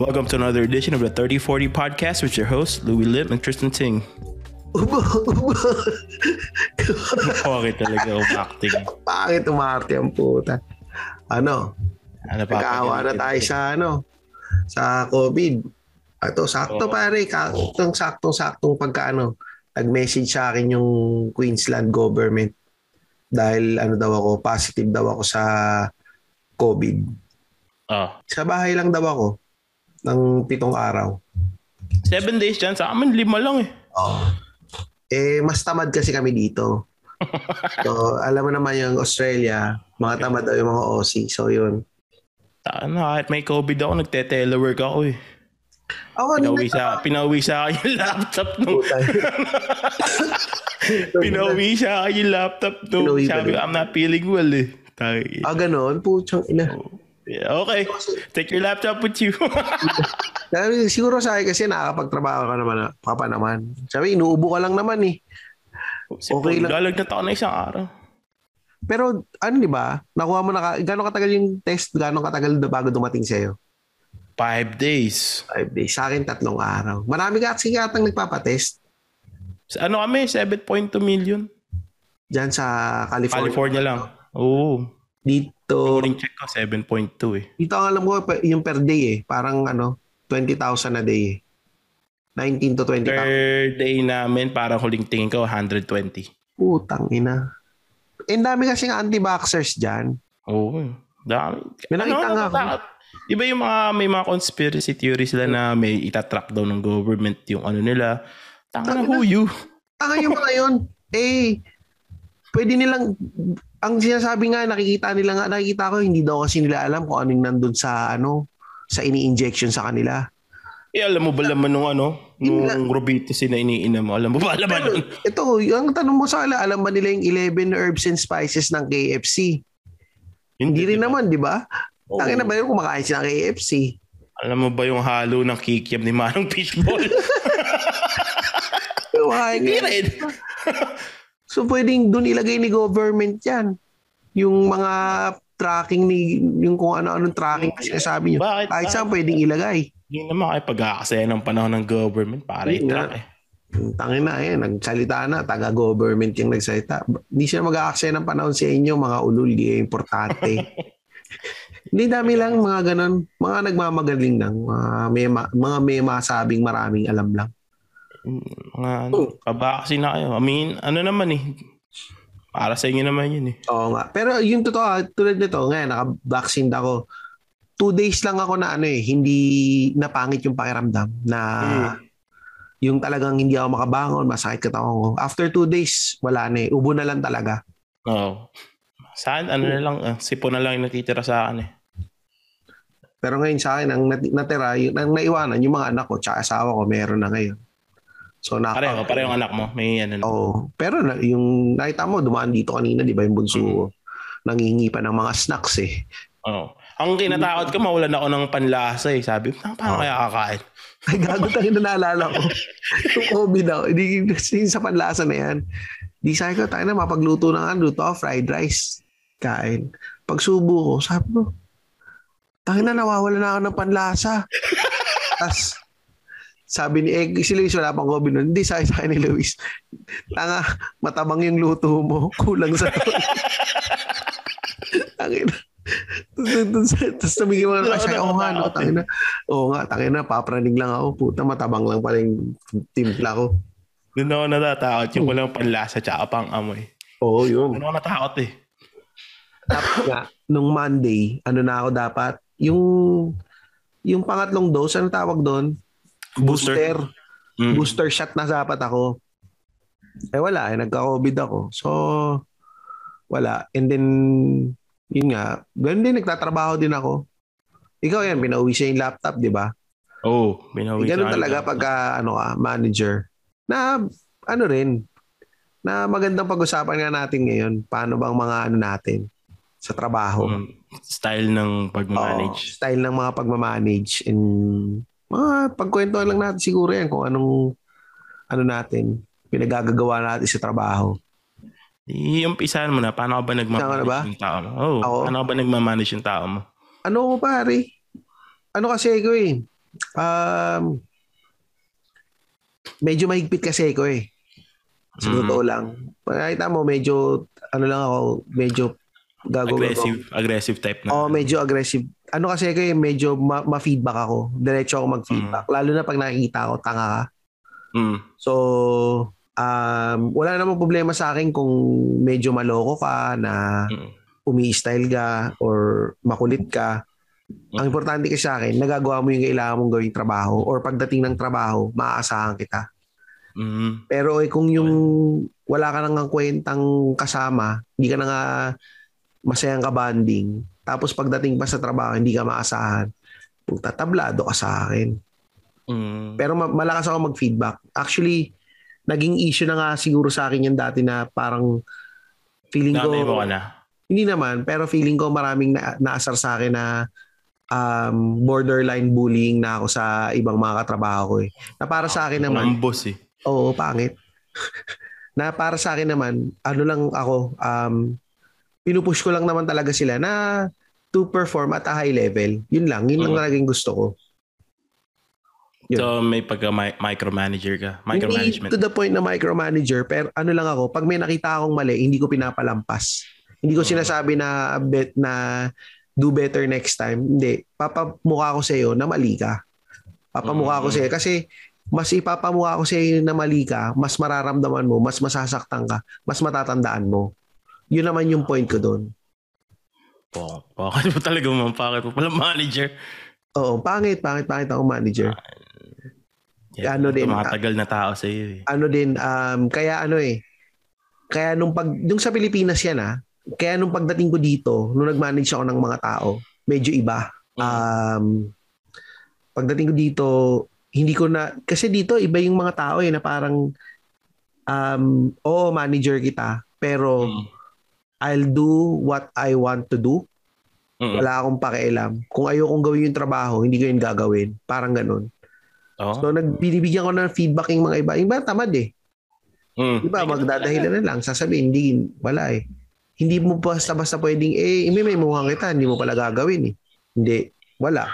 Welcome to another edition of the 3040 podcast with your hosts, Louis Lip and Tristan Ting. Ubo, ubo. Okay talaga, umakting. Pangit umarte ang puta. Ano, Ano pa? nagkaawa na tayo sa ano, sa COVID. Ito, sakto Oo. pare, kaktong saktong saktong pagka ano, nag-message sa akin yung Queensland government dahil ano daw ako, positive daw ako sa COVID. Oh. Sa bahay lang daw ako ng pitong araw. Seven days dyan. Sa amin, lima lang eh. Oh. Eh, mas tamad kasi kami dito. so, alam mo naman yung Australia, mga tamad daw yung mga Aussie. So, yun. Taka na, kahit may COVID ako, nagte-telework ako eh. Ako, Pinauwi sa, pinauwi sa akin yung laptop nung, pinauwi sa akin yung laptop nung, Pinauwi ba sabi ko, rin? I'm not feeling well eh. Taki. Ah, ganun. Puchang ina. Yeah, okay, take your laptop with you. Sabi, siguro sa akin kasi nakakapagtrabaho ka naman. Ka pa naman. Sabi, inuubo ka lang naman eh. okay lang. lang. Lalagnat ako na isang araw. Pero ano di ba? Nakuha mo na ka, gano'ng katagal yung test? Gano'ng katagal na bago dumating sa'yo? Five days. Five days. Sa akin, tatlong araw. Marami ka kasi atang nagpapatest Sa- Ano kami? 7.2 million. dyan sa California. California lang. Oo. Dito, Scoring check ko, 7.2 eh. dito ang alam ko pe- yung per day eh. Parang ano, 20,000 a day eh. 19 to 20,000. Third day namin, parang huling tingin ko, 120. Putang ina. Eh, Ang dami kasi nga anti-vaxxers dyan. Oo. Dami. May nakita nga ako. natatakot? Di ba yung mga, may mga conspiracy theories sila na may itatrack daw ng government yung ano nila. Tanga na, who you? Tanga yung mga yun. Eh, pwede nilang, ang sinasabi nga, nakikita nila nga, nakikita ko, hindi daw kasi nila alam kung anong nandun sa, ano, sa ini-injection sa kanila. Eh, alam mo ba laman nung ano? Yun nga. Nung Robitis na iniinom mo. Alam mo ba laman Pero, nun? ito, ang tanong mo sa kanila, alam ba nila yung 11 herbs and spices ng KFC? Hindi rin diba? naman, di ba? Oo. Tangin na ba yun kumakain sila ng KFC? Alam mo ba yung halo ng kikiam ni Manong Fishball? Kumakain Hindi ka. rin. So, pwedeng dun ilagay ni government yan. Yung mga tracking ni, yung kung ano-anong tracking na sinasabi nyo. Bakit? Kahit saan pwedeng ilagay. Hindi naman kayo pagkakasaya ng panahon ng government para Yun itrack eh. Tangin na eh, nagsalita na, taga-government yung nagsalita. Ba- Hindi sila mag-a-access ng panahon sa inyo, mga ulul, di eh, importante. Hindi dami lang mga ganon, mga nagmamagaling lang, mga may, ma- mga may masabing maraming alam lang. Mga ano, Oh. kabaksin na kayo. I mean, ano naman eh. Para sa inyo naman yun eh. Oo nga. Pero yung totoo, ah, tulad nito, ngayon, naka-vaccine na ako. Two days lang ako na ano eh, hindi napangit yung pakiramdam na Mm. Ah. yung talagang hindi ako makabangon, masakit katawan ko. After two days, wala na eh. Ubo na lang talaga. Oo. Saan, ano na lang, ah, sipo na lang yung nakitira sa akin eh. Pero ngayon sa akin, ang nat- natira, yung, ang naiwanan, yung mga anak ko, tsaka asawa ko, meron na ngayon. So, na Pareho, pareho ang anak mo. May ano na. Oo. Pero na, yung nakita mo, dumaan dito kanina, di ba, yung bunso Mm. ko. Nangingi pa ng mga snacks eh. Oo. Ang kinatakot ko, mawalan ako ng panlasa eh. Sabi, "Ah, paano Oo. kaya kakain? Ay, gago tayo na naalala ko. Yung COVID daw. Di, yung sa panlasa na yan. Di sabi ko, tayo na mapagluto ng ano, luto ako, fried rice. Kain. Pagsubo ko, sabi ko, tayo na nawawala na ako ng panlasa. Tapos, sabi ni Egg, si Luis wala pang COVID nun. Hindi, sabi sa akin ni Luis, tanga, matabang yung luto mo, kulang sa to. Tangina. Tapos tumigil mo na, sabi, oo nga, no, tangina. Oo nga, tangina, papraning lang ako. Puta, matabang lang pala yung timpla ko. Doon ako natatakot. Yung walang panlasa tsaka pang amoy. Oo, yun. Doon ako natakot eh. Tapos nga, nung Monday, ano na ako dapat? Yung yung pangatlong dose, ano tawag doon? Booster. Booster. Mm. Booster shot na dapat ako. Eh wala, eh, nagka-COVID ako. So, wala. And then, yun nga, ganun din, nagtatrabaho din ako. Ikaw yan, pinauwi siya yung laptop, di ba? Oo. binawi Ganun sa akin. talaga pagka, ano ka, manager. Na, ano rin, na magandang pag-usapan nga natin ngayon, paano bang mga ano natin sa trabaho. Mm. Style ng Oo, pag-manage. style ng mga pagmamanage and mga pagkwentuhan lang natin siguro yan kung anong ano natin pinagagagawa natin sa trabaho. Iumpisahan mo na. Paano ka ba Tama na nagmamanage ba? yung tao mo? Oo. Ako? Paano ka ba nagmamanage yung tao mo? Ano ko pare? Ano kasi ko eh, Um, medyo mahigpit kasi ako eh. Sa Mm. totoo lang. Nakita mo, medyo, ano lang ako, medyo gago Aggressive, aggressive type na. Oo, medyo aggressive. Ano kasi ako eh, medyo ma- ma-feedback ako. Diretso ako mag-feedback. Lalo na pag nakikita ko, tanga ka. Mm. So, um, wala namang problema sa akin kung medyo maloko ka, na Mm. umi-style ka, or makulit ka. Ang importante kasi sa akin, nagagawa mo yung kailangan mong gawing trabaho or pagdating ng trabaho, maaasahan kita. Mm. Pero eh, kung yung wala ka nang kwentang kasama, hindi ka na nga masayang kabanding, tapos pagdating pa sa trabaho, hindi ka maasahan, magtatablado ka sa akin. Mm. Pero ma- malakas ako mag-feedback. Actually, naging issue na nga siguro sa akin yan dati na parang feeling Nanay mo ko, ka na. hindi naman, pero feeling ko maraming na- naasar sa akin na um, borderline bullying na ako sa ibang mga katrabaho ko eh. Na para sa akin naman, Ang boss eh. oo, pangit. na para sa akin naman, ano lang ako, um, pinupush ko lang naman talaga sila na to perform at a high level. Yun lang, yun lang Mm. talagang gusto ko. Yun. So may pagka mi- micromanager ka. Hindi to Micromanagement. the point na micromanager, pero ano lang ako, pag may nakita akong mali, hindi ko pinapalampas. Hindi ko Mm. sinasabi na bet na do better next time. Hindi. Papamukha ko sa iyo na mali ka. Papamukha ko Mm. sa iyo kasi mas ipapamukha ko sa iyo na mali ka, mas mararamdaman mo, mas masasaktan ka, mas matatandaan mo. Yun naman yung point ko doon. Bakit bakit mo Ano talaga man? Bakit mo pala manager? Oo, pangit, pangit, pangit ako manager. Yeah, Ano din, Tumatagal na tao sa iyo eh. ano din um kaya ano eh kaya nung pag nung sa Pilipinas yan ah kaya nung pagdating ko dito nung nag-manage ako ng mga tao medyo iba Mm. um pagdating ko dito hindi ko na kasi dito iba yung mga tao eh na parang um oo manager kita pero Mm. I'll do what I want to do Mm. wala akong pakialam kung ayokong gawin yung trabaho hindi ko yun gagawin parang ganun Oo. so nagbibigyan ko ng feedback yung mga iba yung iba tamad eh Mm. Di ba, magdadahilan na lang. Sasabihin, hindi, wala eh. Hindi mo basta-basta pwedeng, eh, may may mukhang kita, hindi mo pala gagawin eh. Hindi, wala.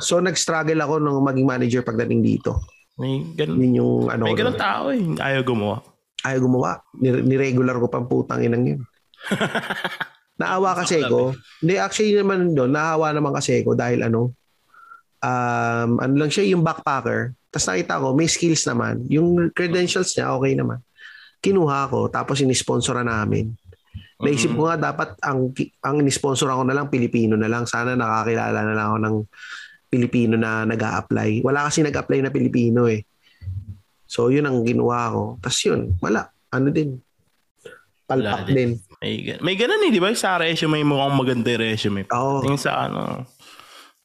So, nag-struggle ako nung maging manager pagdating dito. May ganun. Yun yung ano May ko. ganun nun. tao eh. Ayaw gumawa. Ayaw gumawa. Nire- Niregular ko pang putang inang yun. Naawa kasi ko. Hindi, actually naman doon, naawa naman kasi ko dahil ano, um, ano lang siya, yung backpacker. Tapos nakita ko, may skills naman. Yung credentials niya, okay naman. Kinuha ko, tapos in-sponsora namin. Naisip ko nga dapat ang ang ni-sponsor ako na lang Pilipino na lang. Sana nakakilala na lang ako ng Pilipino na nag apply Wala kasi nag-apply na Pilipino eh. So yun ang ginawa ko. Tapos yun, wala. Ano din. Wala Palpak din. din. May, gan- may ganun eh, di ba? Sa resume, mukhang maganda yung resume. Oo, Tingin sa ano.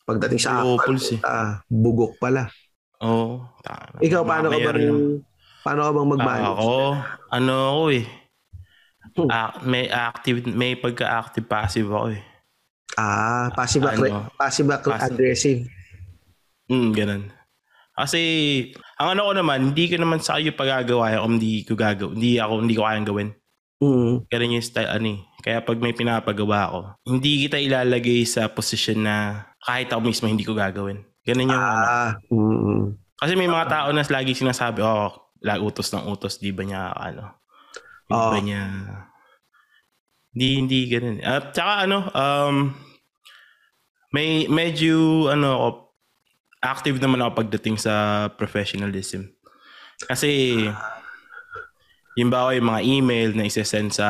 pagdating sa Oo, actual, pulse eh. ah, bugok pala. Oo. Oh, Ikaw, paano ka bang, paano ka bang mag-manage? Ah, Ako, ano ako eh. Ac- may active, may pagka-active passive ako eh. Ah, passive, Ano? agre- passive Passive. aggressive. Mm, ganun. Kasi, ang ano ko naman, hindi ko naman sa iyo pagagawa yan kung hindi ko gagawin. Hindi ako, hindi ko kayang gawin. Mm. Ganun yung style, ano eh. Kaya pag may pinapagawa ako, hindi kita ilalagay sa posisyon na kahit ako mismo hindi ko gagawin. Ganun yung ano. Ah, mm. Kasi may mga tao na lagi sinasabi, oh, lag utos ng utos, di ba niya, ano, di Oo. ba niya, hindi, hindi, ganun. At saka, ano, um, may, medyo, ano, ako, active naman ako pagdating sa professionalism. Kasi, yung ba yung mga email na isesend sa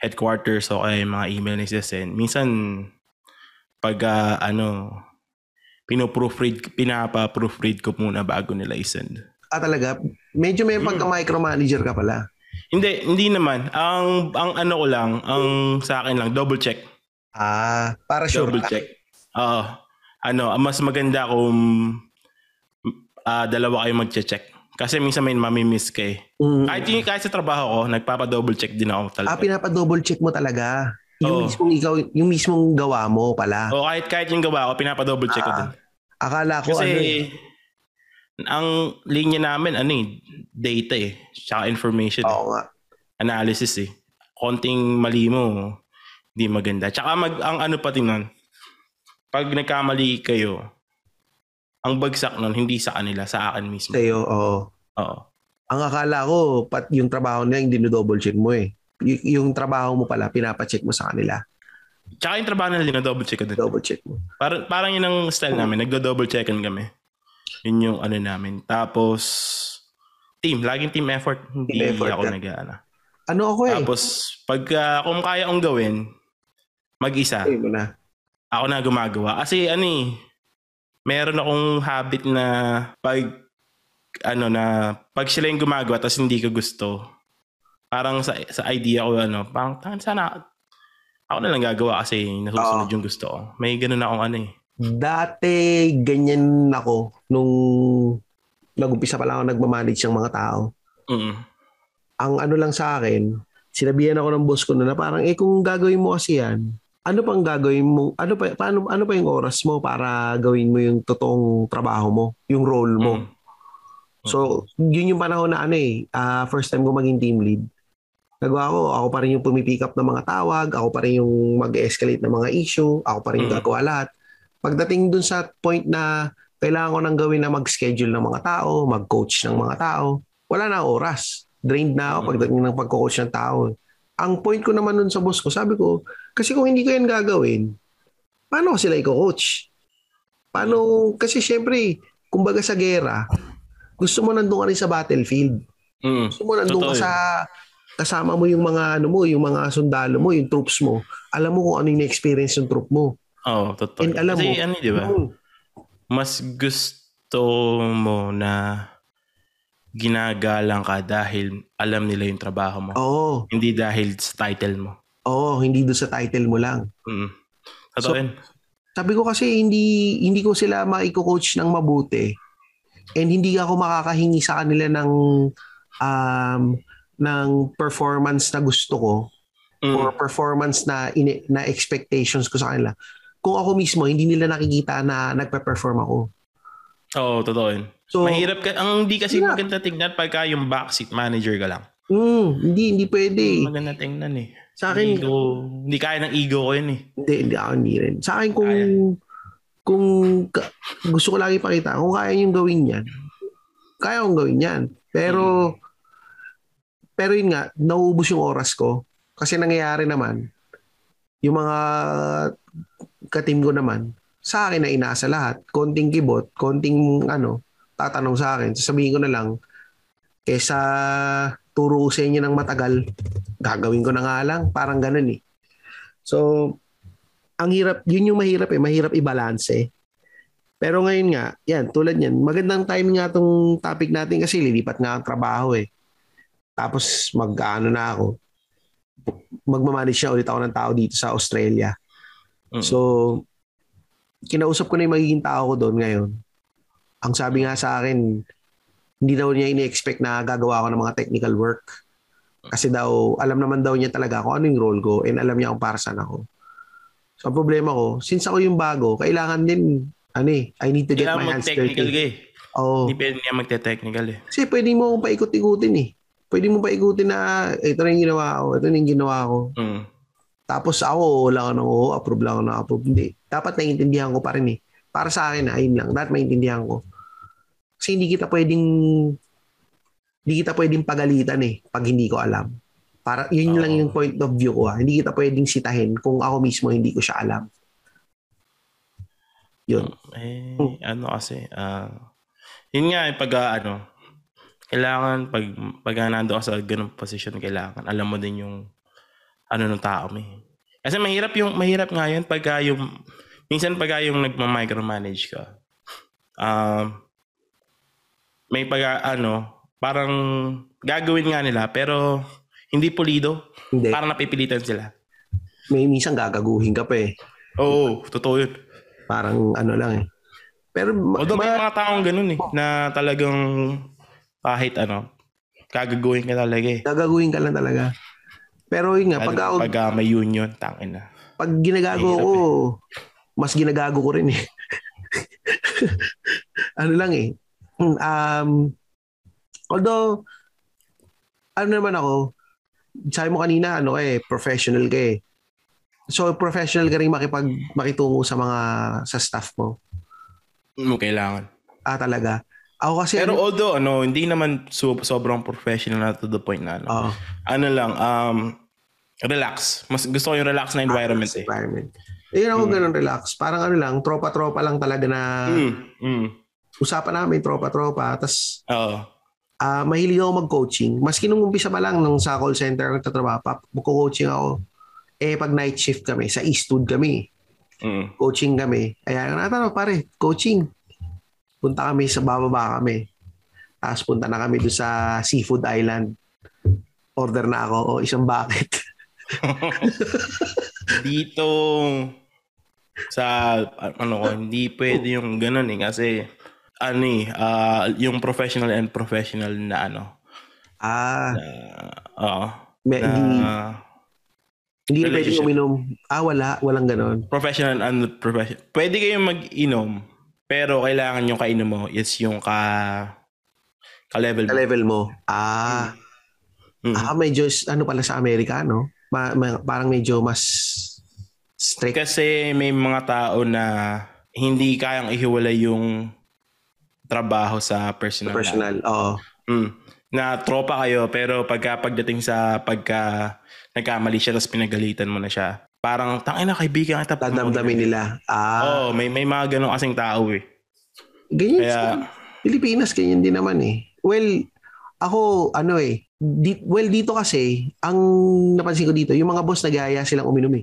headquarters o kaya yung mga email na isesend, minsan, pag, ah, ano, pinoproofread, pinapa-proofread ko muna bago nila isend. Ah, talaga? Mm. Medyo may pagka-micromanager ka pala. Hindi, hindi naman. Ang ang ano ko lang, ang sa akin lang double check. Ah, para sure. Double ka. check. Oo. ano, ang mas maganda kung ah, dalawa kayo magche-check. Kasi minsan may mamimiss ka eh. Mm. Kahit, yung, kahit sa trabaho ko, nagpapa-double check Oh. din ako Ah, talaga. pinapa-double check mo talaga. Yung Oo. mismong ikaw, yung mismong gawa mo pala. o kahit, kahit yung gawa ko, pinapa-double check ko din. Akala ko Kasi Ah, ano eh. ang linya namin, ano eh, data eh. Tsaka information. eh. Oo nga. analysis eh. Konting mali mo, hindi maganda. Tsaka mag, ang ano pa din nun, pag nagkamali kayo, ang bagsak nun, hindi sa kanila, sa akin mismo. Sa'yo, oo. Oo. Ang akala ko, pat yung trabaho nila, hindi double check mo eh. Y- yung trabaho mo pala, pinapacheck mo sa kanila. Tsaka yung trabaho nila, double check ko din. Double check mo. Parang, parang yun ang style namin. Nagdo-double checkan kami. Yun yung ano namin. Tapos, team. Laging team effort. Hindi Team effort ako ka. nag ano. Ano ako eh? Tapos, pag kung kaya kong gawin, mag-isa, Sabi mo na. ako na gumagawa. Kasi ano eh, meron akong habit na pag ano na pag sila yung gumagawa tapos hindi ko gusto. Parang sa sa idea ko ano, parang "Tangan, sana ako na lang gagawa kasi nasusunod yung gusto ko. May ganun akong ano eh. Dati, ganyan ako nung nag-umpisa pa lang ako nagmamanage ng mga tao. Mm. ang ano lang sa akin, sinabihan ako ng boss ko na, na parang, eh kung gagawin mo kasi yan, ano pang gagawin mo? Ano pa, paano, ano pa yung oras mo para gawin mo yung totoong trabaho mo? Yung role mo? Mm. So, yun yung panahon na ano eh, ah, first time ko maging team lead. Nagawa ko, ako pa rin yung pumipick up ng mga tawag, ako pa rin yung mag-escalate ng mga issue, ako pa rin yung Mm. gagawa lahat. Pagdating dun sa point na kailangan ko nang gawin na mag-schedule ng mga tao, mag-coach ng mga tao, wala na akong oras. Drained na ako Mm. pagdating ng pagko-coach ng tao. Ang point ko naman nun sa boss ko, sabi ko, kasi kung hindi ko yan gagawin, paano ko sila i-coach? Mm. Paano, kasi syempre, kumbaga sa gera, gusto mo nandun ka rin sa battlefield. Mm. Gusto mo nandun ka Totoo sa kasama mo yung mga ano mo, yung mga sundalo mo, yung troops mo. Alam mo kung ano yung experience ng troop mo. Oo, totoo. And alam kasi mo- ano, di ba? Mm. Mas gusto mo na ginagalang ka dahil alam nila yung trabaho mo. Oo, Hindi dahil sa title mo. oo, hindi doon sa title mo lang. Mm. Totoo So, yun. Sabi ko kasi hindi hindi ko sila maiko-coach ng mabuti and hindi ako makakahingi sa kanila ng um, ng performance na gusto ko Mm. or performance na ine- na expectations ko sa kanila. Kung ako mismo hindi nila nakikita na nagpe-perform ako. Oo, totoo yun. So Mahirap ka. Ang hindi kasi Hirap. maganda tingnan pagka yung backseat manager ka lang. mm, hindi hindi pwede. Maganda tingnan eh. Sa akin Ego, hindi kaya ng ego ko yun eh. Hindi, hindi ako hindi rin. Sa akin kung Kaya. kung ka- gusto ko lagi pakita, kung kaya yung gawin yan, kaya kong gawin yan. Pero, pero yun nga, nauubos yung oras ko. Kasi nangyayari naman, yung mga katim ko naman, sa akin na inasa lahat. Konting kibot, konting ano, tatanong sa akin. Sasabihin ko na lang, kesa turo ko sa inyo ng matagal, gagawin ko na nga lang. Parang ganun eh. So, ang hirap, yun yung mahirap eh, mahirap i-balance eh. Pero ngayon nga, yan, tulad yan, magandang timing nga tong topic natin kasi lilipat nga ang trabaho eh. Tapos mag-ano na ako, magmamanage na ulit ako ng tao dito sa Australia. Mm. So, kinausap ko na yung magiging tao ko doon ngayon. Ang sabi nga sa akin, hindi daw niya ini-expect na gagawa ako ng mga technical work. Kasi daw, alam naman daw niya talaga kung ano yung role ko and alam niya kung para saan ako. So, ang problema ko, since ako yung bago, kailangan din, ano eh, I need to get Kailangan my hands mag-technical dirty. Oh. ka eh. Oo. Hindi pwede niya magte-technical eh. Kasi pwede mo akong paikot-ikutin eh. Pwede mo paikutin na, ito na yung ginawa ko, ito na yung ginawa ko. Mm. Tapos ako, wala ka nang oo, approve lang ako ng approve. Hindi. Dapat naiintindihan ko pa rin eh. Para sa akin, ayun lang. Dapat maintindihan ko. Kasi hindi kita pwedeng hindi kita pwedeng pagalitan eh pag hindi ko alam. Para, yun Oo. lang yung point of view ko. ah. Hindi kita pwedeng sitahin kung ako mismo hindi ko siya alam. Yun. Eh, Mm. ano kasi, ah, yun nga, eh, pag ah, ano, kailangan, pag, pag ah, nando ka sa ganung position, kailangan, alam mo din yung, ano ng tao mo eh. Kasi mahirap yung, mahirap nga yun, pag ah, yung, minsan pag ah, yung nagma-micromanage ka, um, may pag, ah, ano, parang gagawin nga nila, pero hindi pulido, Hindi. parang napipilitan sila. May minsan gagaguhin ka pa eh. Oo, totoo yun. Parang ano lang eh. Pero ma- Although may ma- mga taong ganun eh, na talagang kahit ano, gagaguhin ka talaga eh. gagaguhin ka lang talaga. Pero yun nga, Pag, pag ako pag ah, may union, tangin na. pag ginagago Mahirap eh. ko, mas ginagago ko rin eh. ano lang eh. Mm, Um, although, ano naman ako, sabi mo kanina, ano ka eh, professional ka eh. So, professional ka rin makipag, makitungo sa mga, sa staff mo. Mo kailangan. Ah, talaga? Ako kasi, Pero ano, although, ano, hindi naman so, sobrang professional na to the point na, ano, oh, ano lang, um, relax. Mas gusto ko yung relax na environment eh. environment. Ayun ako Mm. ganun relax. Parang ano lang, tropa-tropa lang talaga na Mm, mm. usapan namin, tropa-tropa. Tapos Oo. ah mahilig ako mag-coaching. Maski nung umpisa pa lang nung sa call center ako nagtatrabaho pa, magko-coaching ako. Eh, pag night shift kami, sa Eastwood kami, Mm. coaching kami. Kaya ako natanong, pare, coaching. Punta kami sa bababa kami. Tapos punta na kami doon sa Seafood Island. Order na ako, o isang bucket. Dito sa ano ko hindi pwede yung ganun eh kasi ano eh ah, yung professional and professional na ano. ah, ah, Oo. may, na hindi, hindi na pwede relationship. uminom. Ah, wala. Walang ganon. professional and professional. Pwede kayong mag-inom pero kailangan yung kainom mo is yung ka ka level. Sa level mo. Ah, Mm. ah medyo, s- ano pala sa Amerika, no? Ma- ma- parang medyo mas strict. Kasi may mga tao na hindi kayang ihiwalay yung trabaho sa personal. life. personal. Oo. Mm. Na tropa kayo pero pagka pagdating sa pagka nagkamali siya tapos pinagalitan mo na siya. Parang tangina kaibigan kita. Dadamdamin nila. Oo, Ah, may may mga ganong kasing tao eh. ganyan Oh, sa Kaya Pilipinas, ganyan din naman eh. Well, ako, ano eh, di, well, dito kasi, ang napansin ko dito, yung mga boss nagaya silang uminom eh.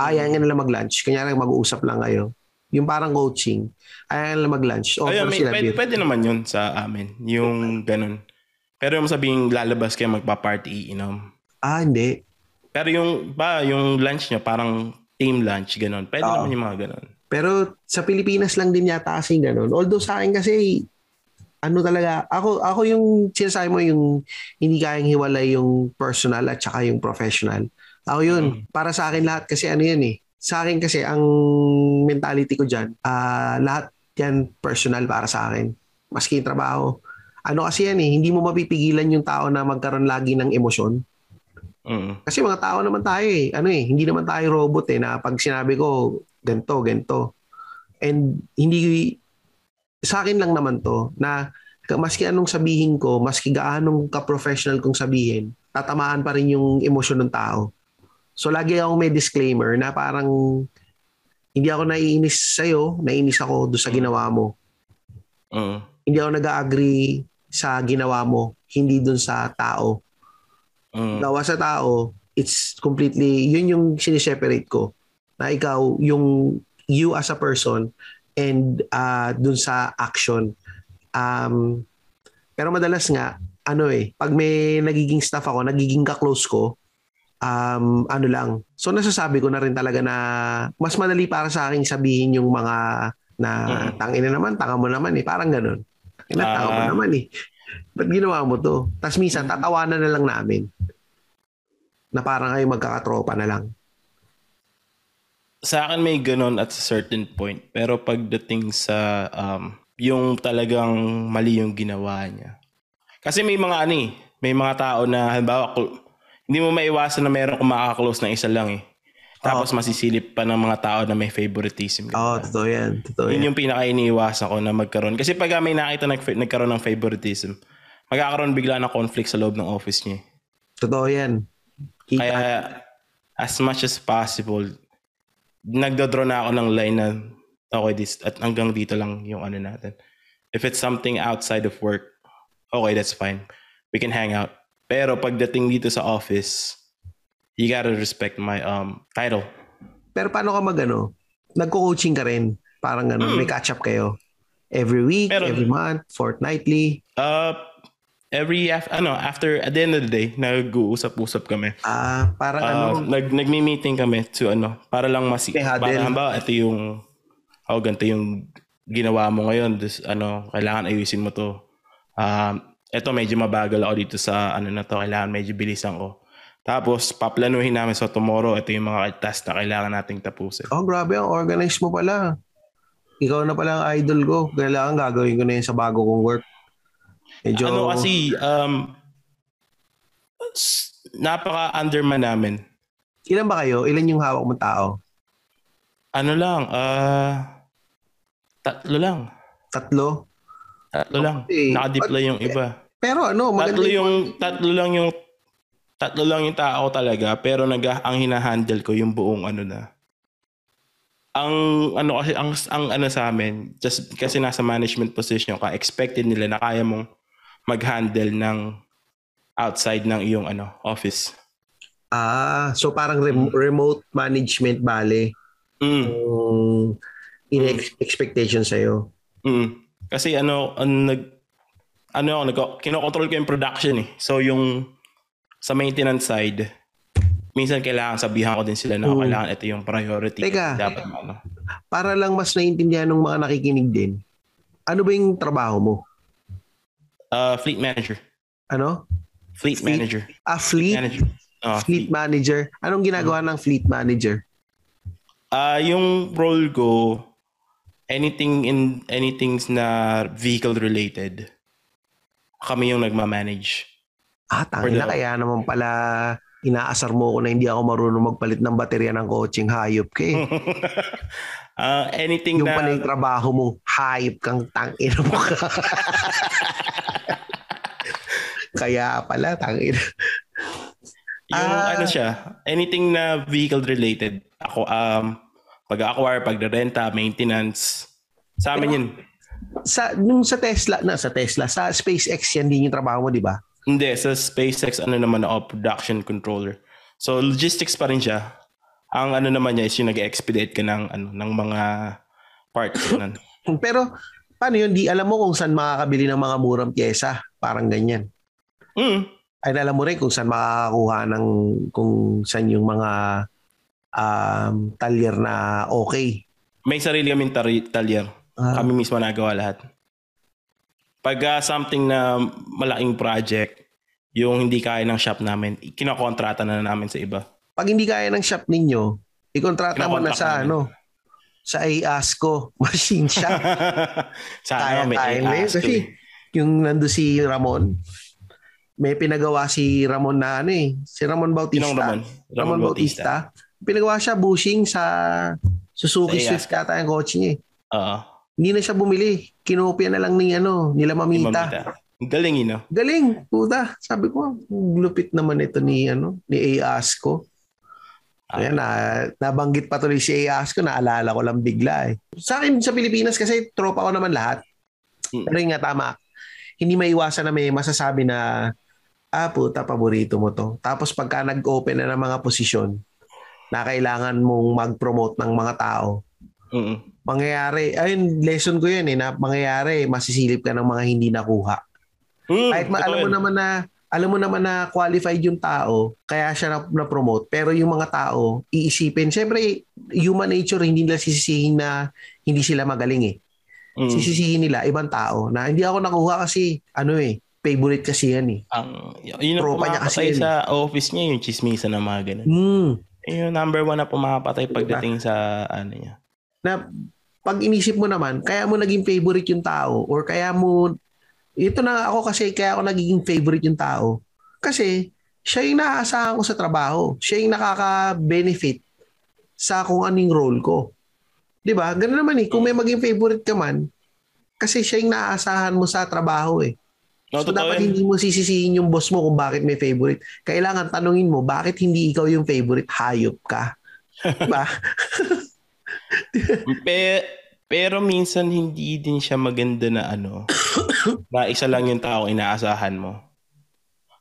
Ayaw nga nila mag-lunch. Kanya lang mag-uusap lang kayo. Yung parang coaching. Ayaw nila mag-lunch. Offer ayun, may, sila pwede, beer. pwede naman yun sa amin. Yung ganon. Pero yung sabihing lalabas kayo magpa-party iinom. Ah, hindi. Pero yung ba yung lunch nyo parang team lunch ganon. Pwede Oo. naman yung mga ganon. Pero sa Pilipinas lang din yata kasi ganun. Although sa akin kasi ano talaga, ako ako yung sinasabi mo yung hindi kayang hiwalay yung personal at saka yung professional. Ako yun, para sa akin lahat kasi ano yun eh. Sa akin kasi ang mentality ko dyan, ah, lahat yan personal para sa akin. Maski yung trabaho. Ano kasi yan eh, hindi mo mapipigilan yung tao na magkaroon lagi ng emosyon. Mm. Kasi mga tao naman tayo eh. Ano eh, hindi naman tayo robot eh na pag sinabi ko, ganto, ganto. And hindi, sa akin lang naman to, na maski anong sabihin ko, maski gaanong ka-professional kong sabihin, tatamaan pa rin yung emosyon ng tao. So lagi akong may disclaimer na parang hindi ako naiinis sa'yo, naiinis ako doon sa ginawa mo Mm. hindi ako nag-agree sa ginawa mo, hindi dun sa tao. Mm. Gawa sa tao, it's completely, yun yung siniseparate ko. Na ikaw, yung you as a person and ah, dun sa action. Um, pero madalas nga, ano eh, pag may nagiging staff ako, nagiging ka-close ko, um, ano lang. So nasasabi ko na rin talaga na mas madali para sa akin sabihin yung mga na Mm. tangina naman, tanga mo naman eh. Parang ganun. Tangina, tanga mo Ah. Hmm. naman eh. Ba't ginawa mo to? Tapos minsan, tatawanan na lang namin. Na parang kayo magkakatropa na lang. sa akin may ganun at a certain point. Pero pagdating sa um, yung talagang mali yung ginawa niya. Kasi may mga ano eh, may mga tao na halimbawa cl- hindi mo maiwasan na meron kumakaklose na isa lang eh. Tapos Ah. masisilip pa ng mga tao na may favoritism. Oo, oh, totoo yan. Totoo yan. Yun yung pinaka iniiwasan ko na magkaroon. Kasi pag ah, may nakita nag- nagkaroon ng favoritism, magkakaroon bigla ng conflict sa loob ng office niya. eh. Totoo yan. Kita. Kaya as much as possible, nagdodraw na ako ng line na okay, this, at hanggang dito lang yung ano natin. If it's something outside of work, okay, that's fine. We can hang out. Pero pagdating dito sa office, you gotta respect my um title. Pero paano ka magano? Nagko-coaching ka rin. Parang ano, may catch up kayo. Every week, Hmm. Meron. every month, fortnightly. Uh, every af- ano, after at the end of the day, nag-uusap-usap kami. Ah, parang Ah, ano, nag nagmi-meeting kami to ano, para lang masi May huddle. para ba ito yung oh, ganito yung ginawa mo ngayon, this ano, kailangan ayusin mo to. Um, ito medyo mabagal ako dito sa ano na to, kailangan medyo bilisan ko. Tapos paplanuhin namin so tomorrow ito yung mga task na kailangan nating tapusin. oh grabe, ang organized mo pala. Ikaw na pala ang idol ko. Kailangan gagawin ko na yun sa bago kong work. Medyo, Ano kasi um s- napaka underman namin. ilan ba kayo? Ilan yung hawak mong tao? Ano lang, ah tatlo lang. Tatlo. Tatlo lang. Okay. Naka-deploy yung iba. Pero ano, maganda Tatlo yung tatlo lang yung tatlo lang yung tao talaga pero nag ang hinahandle ko yung buong ano na. Ang ano kasi ang ang ano sa amin just kasi nasa management position ka expected nila na kaya mong mag-handle ng outside ng iyong ano office. Ah, so parang rem- remote management bale. Mm. Yung in-expectation sa'yo. Mm. Kasi ano, ang nag ano ako, nag, kinokontrol ko yung production eh. So yung sa maintenance side, minsan kailangan sabihan ko din sila na Mm. kailangan ito yung priority. Teka. Dapat ano. Para lang mas naiintindihan ng mga nakikinig din. Ano ba yung trabaho mo? Uh, fleet manager. Ano? Fleet, Fleet manager. Ah, fleet? Manager. Ah, fleet fleet. manager. Anong ginagawa ng fleet manager? Ah, yung role ko, anything in anything na vehicle related, kami yung nagmamanage. Ah, tangina the- kaya naman pala inaasar mo ko na hindi ako marunong magpalit ng baterya ng coaching. Hayop ka eh. Hmm. Ah, anything Yung na... pala yung trabaho mo, hayop kang tangina mo ka. Kaya pala, tangina. Yung Ah. ano siya, anything na vehicle related. Ako, um, pag-acquire, pagre-renta, maintenance. Sa amin yun. Sa, nung sa Tesla, na sa Tesla, sa SpaceX yan din yung trabaho mo, di ba? Hindi, sa SpaceX, ano naman ako, production controller. So, logistics pa rin siya. Ang ano naman niya is yung nag-expedite ka ng, ano, ng mga parts. ganun. Pero, paano yun? Di alam mo kung saan makakabili ng mga murang pyesa. Parang ganyan. mm, ay alam mo rin kung saan makakakuha ng kung saan yung mga um, talyer na okay. may sarili kaming tari- talyer. Ah, Kami mismo nagawa lahat. Pag ah, something na malaking project, yung hindi kaya ng shop namin, kinakontrata na namin sa iba. pag hindi kaya ng shop ninyo, ikontrata mo Kinakontak na sa namin. ano sa ASCO machine shop Sana may Kaya-kaya na yun AAS to kasi. eh. yung nando si Ramon. May pinagawa si Ramon na ano eh. Si Ramon Bautista. Sinong Ramon? Ramon Bautista. Pinagawa siya bushing sa Suzuki Sa ASCO. Swift kata yung kotse niya eh. Oo. Hindi na siya bumili. Kinopia na lang ni ano, nila si Mamita. Mamita. Ang Galing yun, no? Galing, puta. Sabi ko, ang lupit naman ito ni ano, ni Aasco. Ah. Ayan, na, nabanggit pa tuloy si Aasco, naalala ko lang bigla eh. Sa akin sa Pilipinas kasi tropa ko naman lahat. Mm. Pero yun nga tama. Hindi maiwasan na may masasabi na ah puta paborito mo to. Tapos pagka nag-open na ng mga posisyon na kailangan mong mag-promote ng mga tao, Mm-mm. mangyayari, ayun, lesson ko yun eh, na mangyayari, masisilip ka ng mga hindi nakuha. Mm, Kahit ma- totoo alam mo yun. naman na alam mo naman na qualified yung tao, kaya siya na, na-promote. Pero yung mga tao, iisipin, syempre, human nature, hindi nila sisisihin na hindi sila magaling eh. Mm. Sisisihin nila, ibang tao, na hindi ako nakuha kasi, ano eh, favorite kasi yan eh. Ang, yun ang Tropa niya kasi pumapatay yun. eh. sa office niya, yung chismisan ng mga ganun. Hmm. Yun yung number one na pumapatay Diba? pagdating sa ano niya. Pag inisip mo naman, kaya mo naging favorite yung tao or kaya mo, ito na ako kasi, kaya ako nagiging favorite yung tao. Kasi, siya yung naaasahan ko sa trabaho. Siya yung nakaka-benefit sa kung anong role ko. 'Di ba? Ganun naman eh. Kung may maging favorite ka man, kasi siya yung naaasahan mo sa trabaho eh. No, so totoo dapat yun. hindi mo sisisihin yung boss mo kung bakit may favorite. Kailangan tanungin mo, bakit hindi ikaw yung favorite? Hayop ka. 'Di ba? Pe- pero minsan hindi din siya maganda na ano, na isa lang yung tao inaasahan mo.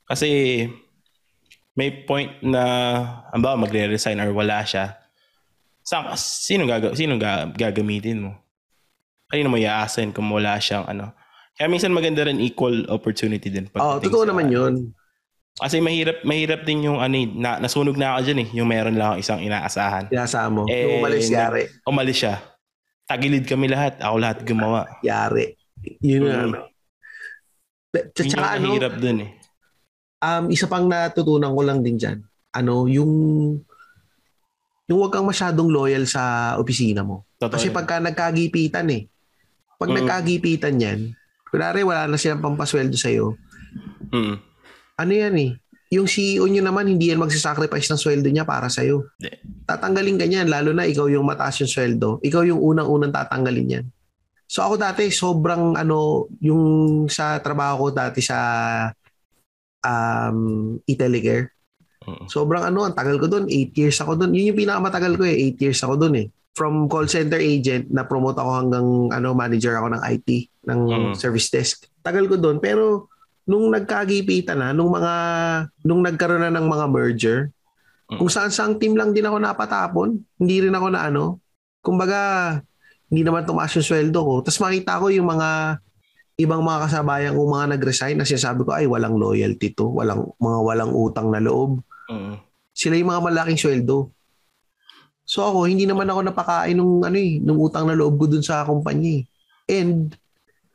Kasi may point na ang ba magre-resign or wala siya. Sa sino gaga sino ga, gagamitin mo? Kanino mo i-assign kung wala siyang ano? Kaya minsan maganda rin equal opportunity din oh, pagdating totoo sa- naman 'yun. Kasi mahirap mahirap din yung ano, eh, na, nasunog na ako diyan eh, yung meron lang akong isang inaasahan. Sinasama mo. Eh, Yung umalis, nag- yari. umalis siya. Tagilid kami lahat. Ako lahat gumawa. Yari. Yun na. Mm. ano. Pe- Yun yung Tsaka ano, mahirap dun eh. um, isa pang natutunan ko lang din dyan. Ano, yung yung huwag kang masyadong loyal sa opisina mo. Totoo Kasi yun. pagka nagkagipitan eh. Pag Mm. nagkagipitan yan, kunwari wala na silang pampasweldo sa'yo, Mm. ano yan eh, yung CEO nyo naman, hindi yan magsasacrifice ng sweldo niya para sa'yo. Hindi. Tatanggalin ka niyan, lalo na ikaw yung mataas yung sweldo. Ikaw yung unang-unang tatanggalin yan. So ako dati sobrang ano yung sa trabaho ko dati sa um Italicare. Mm. Sobrang ano, ang tagal ko doon, 8 years ako doon. Yun yung pinakamatagal ko eh, 8 years ako doon eh. From call center agent, na-promote ako hanggang ano manager ako ng IT, ng Mm. service desk. Tagal ko doon, pero nung nagkagipitan na, nung mga nung nagkaroon na ng mga merger, Mm. kung saan saang team lang din ako napatapon, hindi rin ako na ano, kumbaga hindi naman tumaas yung sweldo ko. Tapos makita ko yung mga ibang mga kasabayan ko mga nag-resign na sinasabi ko ay walang loyalty to, walang mga walang utang na loob. Mm. Sila yung mga malaking sweldo. So ako, hindi naman ako napakain nung ano eh, nung utang na loob ko dun sa kumpanya eh. And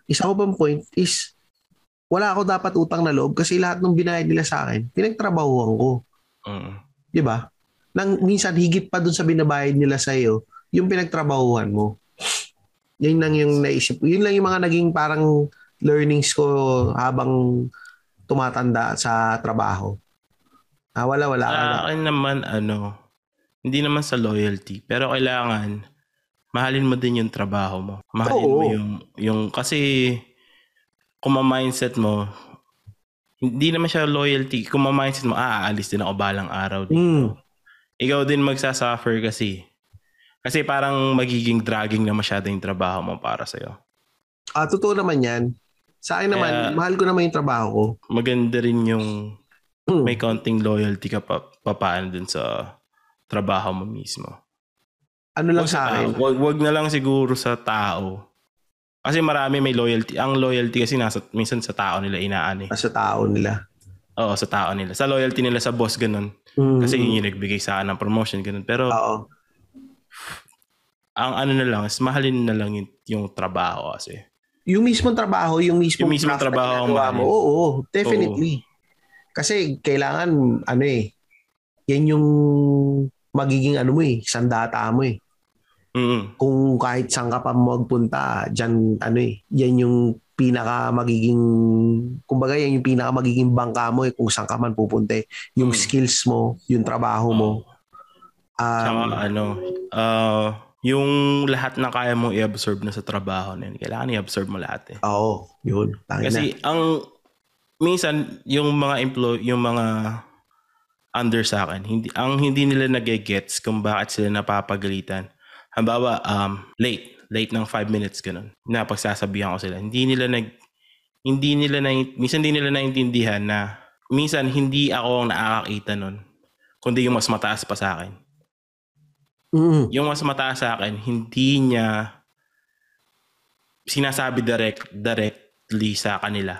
isa ko pang point is wala ako dapat utang na loob kasi lahat ng binayad nila sa akin, pinagtrabahuhan ko Mm. di ba? Nang minsan higit pa dun sa binabayad nila sa iyo, yung pinagtrabahuhan mo. Yun lang yung naisip ko. Yun lang yung mga naging parang learnings ko habang tumatanda sa trabaho. Ah, wala, wala. Sa wala. akin naman, ano, hindi naman sa loyalty, pero kailangan mahalin mo din yung trabaho mo. Mahalin Oo. mo yung, yung, kasi kung ma-mindset mo, hindi naman siya loyalty. Kung ma-mindset mo, ah, aalis din ako balang araw. Mm. Ikaw din magsasuffer kasi. Kasi parang magiging dragging na masyado yung trabaho mo para sa'yo. Ah, totoo naman yan. Sa akin naman, Kaya- mahal ko naman yung trabaho ko. Maganda rin yung Mm. may counting loyalty ka pa, papaano dun sa trabaho mo mismo. ano lang Wag sa tao. akin. Wag, wag na lang siguro sa tao. Kasi marami may loyalty. Ang loyalty kasi nasa, minsan sa tao nila inaani. Sa tao nila. Oo, sa tao nila. Sa loyalty nila sa boss, ganun. Mm. Kasi yun yung nagbigay sa akin ng promotion, ganun. Pero Oo. ang ano na lang, is mahalin na lang yung, yung trabaho kasi. yung mismong trabaho, yung mismong, Yung mismong craft na trabaho ang ginagawa mahal. mo. Oo, oo, definitely. Kasi kailangan ano eh, yan yung magiging ano mo eh, sandata mo eh. Mm-mm. Kung kahit saan ka pa magpunta, dyan ano eh, yan yung pinaka magiging, kumbaga yan yung pinaka magiging bangka mo eh, kung saan ka man pupunta eh. Yung Mm. skills mo, yung trabaho mo. Tsaka Um, ano, ah, yung lahat na kaya mong i-absorb na sa trabaho na yun, kailangan i-absorb mo lahat eh. Um, oo, yun. Tangin na. Kasi ang minsan yung mga employee, yung mga under sa akin, hindi ang hindi nila nage-gets kung bakit sila napapagalitan. Halimbawa, um, late, late ng 5 minutes ganun. Napagsasabihan ko sila. Hindi nila nag hindi nila na minsan hindi nila naintindihan na minsan hindi ako ang nakakakita nun kundi yung mas mataas pa sa akin. Mm, Yung mas mataas sa akin, hindi niya sinasabi direct directly sa kanila.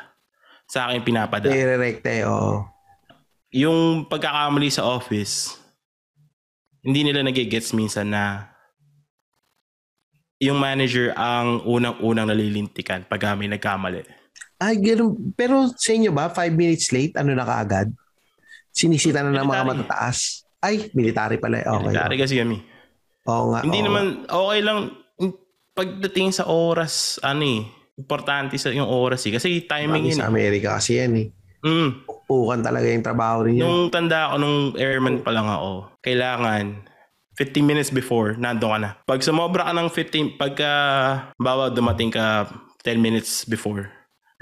Sa akin pinapadala direct eh, oo. yung pagkakamali sa office, hindi nila nagigets minsan na yung manager ang unang-unang nalilintikan pag may nagkamali. Ay, ganun. Pero sa inyo ba, five minutes late, ano na kaagad? Sinisita na ng mga Military. matataas. Ay, military pala. eh. Okay. Military kasi kami. Oo nga. hindi oo naman, nga. okay lang. Pagdating sa oras, ano eh, importante sa yung oras eh. Kasi timing Marami yun. sa Amerika kasi yan eh. eh. Mm. Pukan talaga yung trabaho rin yun. Nung tanda ako, nung airman pa lang ako, kailangan 15 minutes before, nandun ka na. Pag sumobra ka ng 15, pagka, bawa dumating ka 10 minutes before,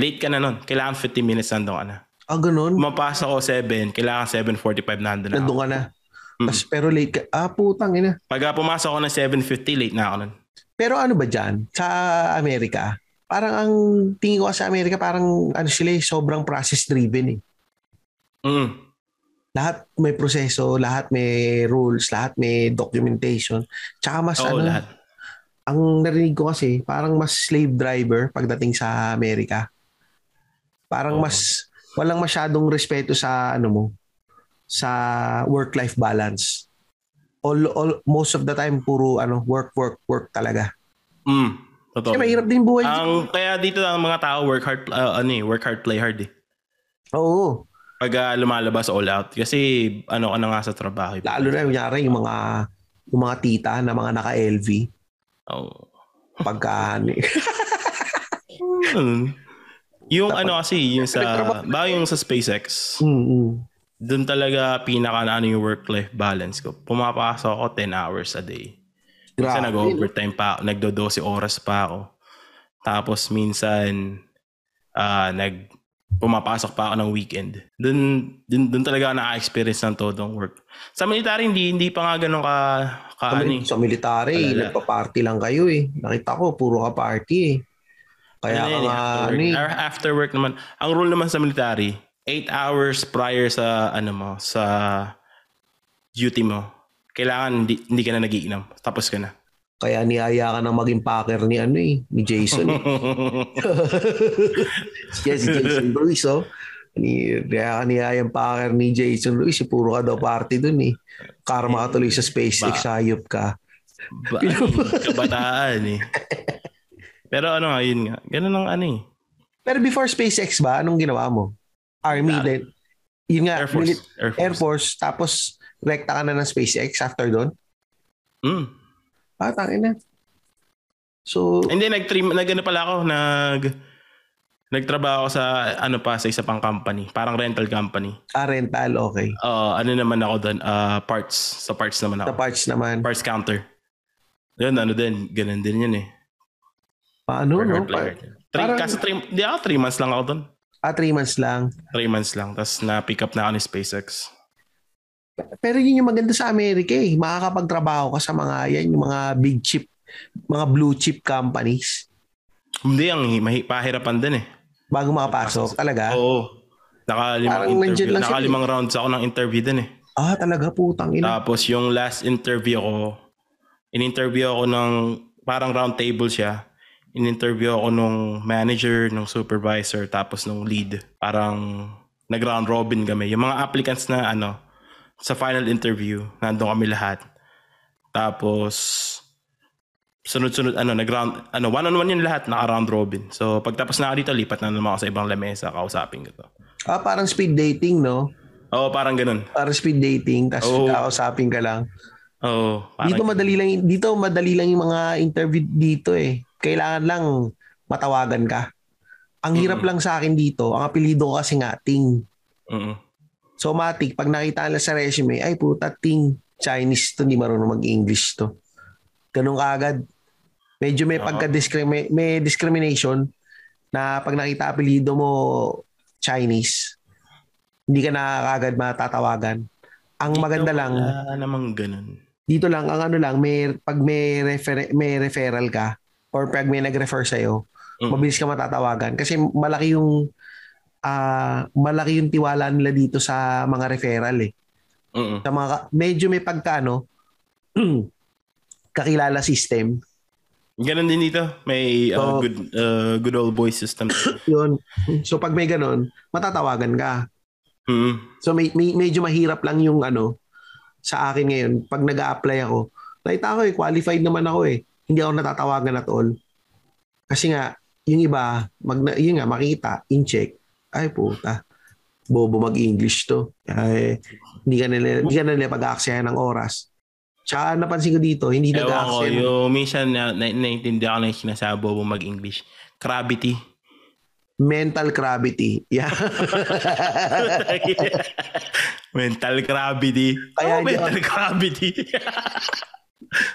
late ka na nun. Kailangan 15 minutes nandun ka na. Ah, ganun. Pumapasok ako 7, kailangan 7.45 nandun na Nandun ako. ka na. Mm. Tas, pero late ka. Ah, putang ina. Pagka pumasok ako ng 7.50, late na ako nun. Pero ano ba dyan? Sa Amerika, parang ang tingin ko sa Amerika, parang ano sila eh, sobrang process driven eh. Mm. Lahat may proseso, lahat may rules, lahat may documentation. Tsaka mas Oo, ano, lahat. ang narinig ko kasi, parang mas slave driver pagdating sa Amerika. Parang Oo. mas, walang masyadong respeto sa, ano mo, sa work-life balance. All, all, most of the time, puro ano, work, work, work talaga. Mm. Totoo. Kasi mahirap din buhay. Ang, kaya dito ang mga tao, work hard, ah, ano eh, work hard, play hard eh. Oo. Pag ah, lumalabas all out. Kasi ano ka na nga sa trabaho. eh. Lalo na, kunyari, yung mga, yung mga tita na mga naka-LV, Oo. pagka, eh. Ano? Yung Dapat- ano kasi, yung sa, ba yung sa SpaceX, mm mm. doon talaga pinaka na ano yung work-life balance ko. Pumapasok ako 10 hours a day. Kasi Grabe, no? nag-overtime pa ako, nagdo-12 oras pa ako. Tapos minsan ah nag pumapasok pa ako ng weekend. Doon doon, doon talaga ako na-experience ng todong work. Sa military hindi hindi pa nga ganun ka ka Sa, ano, mil- eh. sa military, Alala. nagpa-party lang kayo eh. Nakita ko, puro ka party eh. Kaya Ano ka yun eh, nga, after, ano work. eh, Ar- after work naman. Ang rule naman sa military, 8 hours prior sa ano mo, sa duty mo. Kailangan hindi, hindi ka na nagiinom. Tapos ka na. kaya niyaya ka na maging packer ni ano eh, ni Jason. eh. Siya si Jason Ruiz oh. Ni, kaya ka niyaya ang packer ni Jason Ruiz, eh, puro ka daw party dun eh. Karma ka tuloy sa SpaceX, hayop ka. Ba- kabataan eh. Pero ano nga, yun nga. Ganun ang ano eh. Pero before SpaceX ba, anong ginawa mo? Army Ah. din. Yun nga, Air Force. Ah, mili- Air Force. Air Force, tapos rekta ka na ng SpaceX after doon. Mm. Ah, tangin na. So, Hindi, nag-trim, nag ano pala ako, nag... Nagtrabaho ako sa ano pa sa isa pang company, parang rental company. ah, rental, okay. Uh, ano naman ako doon, ah, parts, sa parts naman Sa ako. parts naman. Parts counter. Yun, ano din, ganun din yun eh. Paano, no? Record Pa, player. Three, parang- kaso three, di ako, three months lang ako doon. ah, three months lang. Three months lang, tapos na-pick up na ako ni SpaceX. Pero yun yung maganda sa Amerika eh. Makakapagtrabaho ka sa mga, yan, yung mga big chip, mga blue chip companies Hindi, ang hi- mahi- pahirapan din eh. bago makapasok. Talaga? Oo. Nakalimang Parang nandiyan interview. lang siya, eh. Nakalimang rounds ako ng interview din eh. Ah, talaga, putang ina. Tapos yung last interview ko, in-interview ako ng parang round table siya. In-interview ako nung manager, nung supervisor, tapos nung lead. Parang nag-round robin kami. Yung mga applicants na ano, sa final interview, nandun kami lahat. Tapos sunod-sunod ano nag-round ano one-on-one yun lahat naka-round robin. So pagtapos na ako dito lipat na naman ako sa ibang lamesa kausapin ko to. Ah, parang speed dating, no? Oo, parang ganun. Parang speed dating, tapos Oo. kakausapin ka lang. Oo, Oh. parang Dito madali lang dito madali lang yung mga interview dito eh. Kailangan lang matawagan ka. Ang hirap Mm. lang sa akin dito, ang apelyido ko kasi nga Ting. Mm-mm. So matik pag nakita nila sa resume, ay puta Ting, Chinese to, hindi marunong mag-English to. Ganun kaagad. Medyo may Oo. pagka may discrimination na pag nakita apelyido mo Chinese, hindi ka na kaagad matatawagan. Ang Dito maganda lang, Wala namang ganun. dito lang ang ano lang may pag may refer, may referral ka or pag may nag-refer sa iyo Mm. mabilis ka matatawagan kasi malaki yung ah, malaki yung tiwala nila dito sa mga referral eh Mm-mm. sa mga ka- medyo may pagkaano kakilala system Ganun din dito. May uh, So- good uh, good old boy system. yun so pag may ganun matatawagan ka mm. So may, may- medyo mahirap lang yung ano sa akin ngayon pag nag apply ako. Nakita ko eh, qualified naman ako eh. Hindi ako natatawagan at all. Kasi nga, yung iba, mag, yun nga, makita, in-check. Ay, puta. Bobo mag-English to. Ay, hindi ka nila, hindi ka nila pag-aaksayan ng oras. Tsaka napansin ko dito, hindi Ewan ko, nag-aaksaya. yung minsan na, na, naiintindihan ko na yung sinasabi mo mag-English. Gravity. Mental gravity. Yeah. mental gravity. Kaya Kaya di- mental gravity.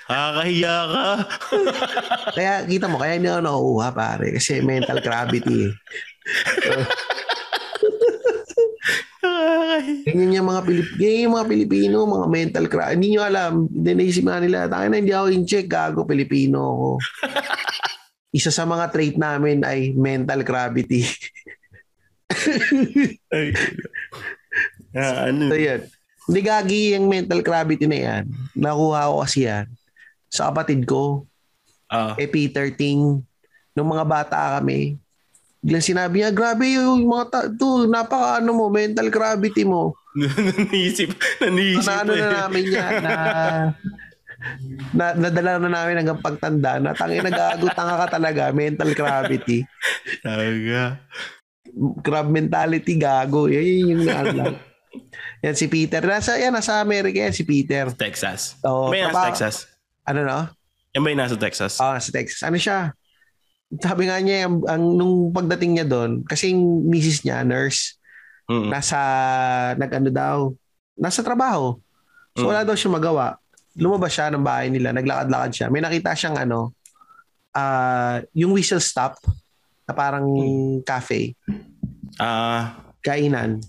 Nakakahiya ka. Kaya kita mo, kaya hindi ako nakukuha pare. Kasi mental gravity eh. Nakakahiya. Ganyan yung mga Pilip ganyan yung mga Pilipino, mga mental cra. Hindi nyo alam, hindi naisip nga nila, tayo na hindi ako in-check, gago Pilipino ako. Isa sa mga trait namin ay mental gravity. Ay. Ah, ano? so yan. Hindi gagi yung mental gravity na yan. Nakuha ko kasi yan. Sa kapatid ko, Ah, eh Peter Ting, nung mga bata kami, biglang sinabi niya, grabe yung mga ta- to, napaka ano mo, mental gravity mo. nanisip. Nanisip. na ano na namin niya na, na nadala na namin hanggang pagtanda na tangin na gago tanga ka talaga mental gravity Talaga. grab mentality gago yan yun yung ano lang. yan si Peter nasa yan nasa Amerika yan si Peter Texas. Oo, may nasa taba- Texas. ano no Yan ba yung nasa Texas? ah sa Texas ano siya sabi nga niya ang, ang nung pagdating niya doon kasi yung misis niya nurse Mm. nasa nag-ano daw nasa trabaho So wala daw siya magawa. Lumabas siya ng bahay nila, naglakad-lakad siya. May nakita siyang ano, ah, yung whistle stop na parang cafe, Ah, kainan.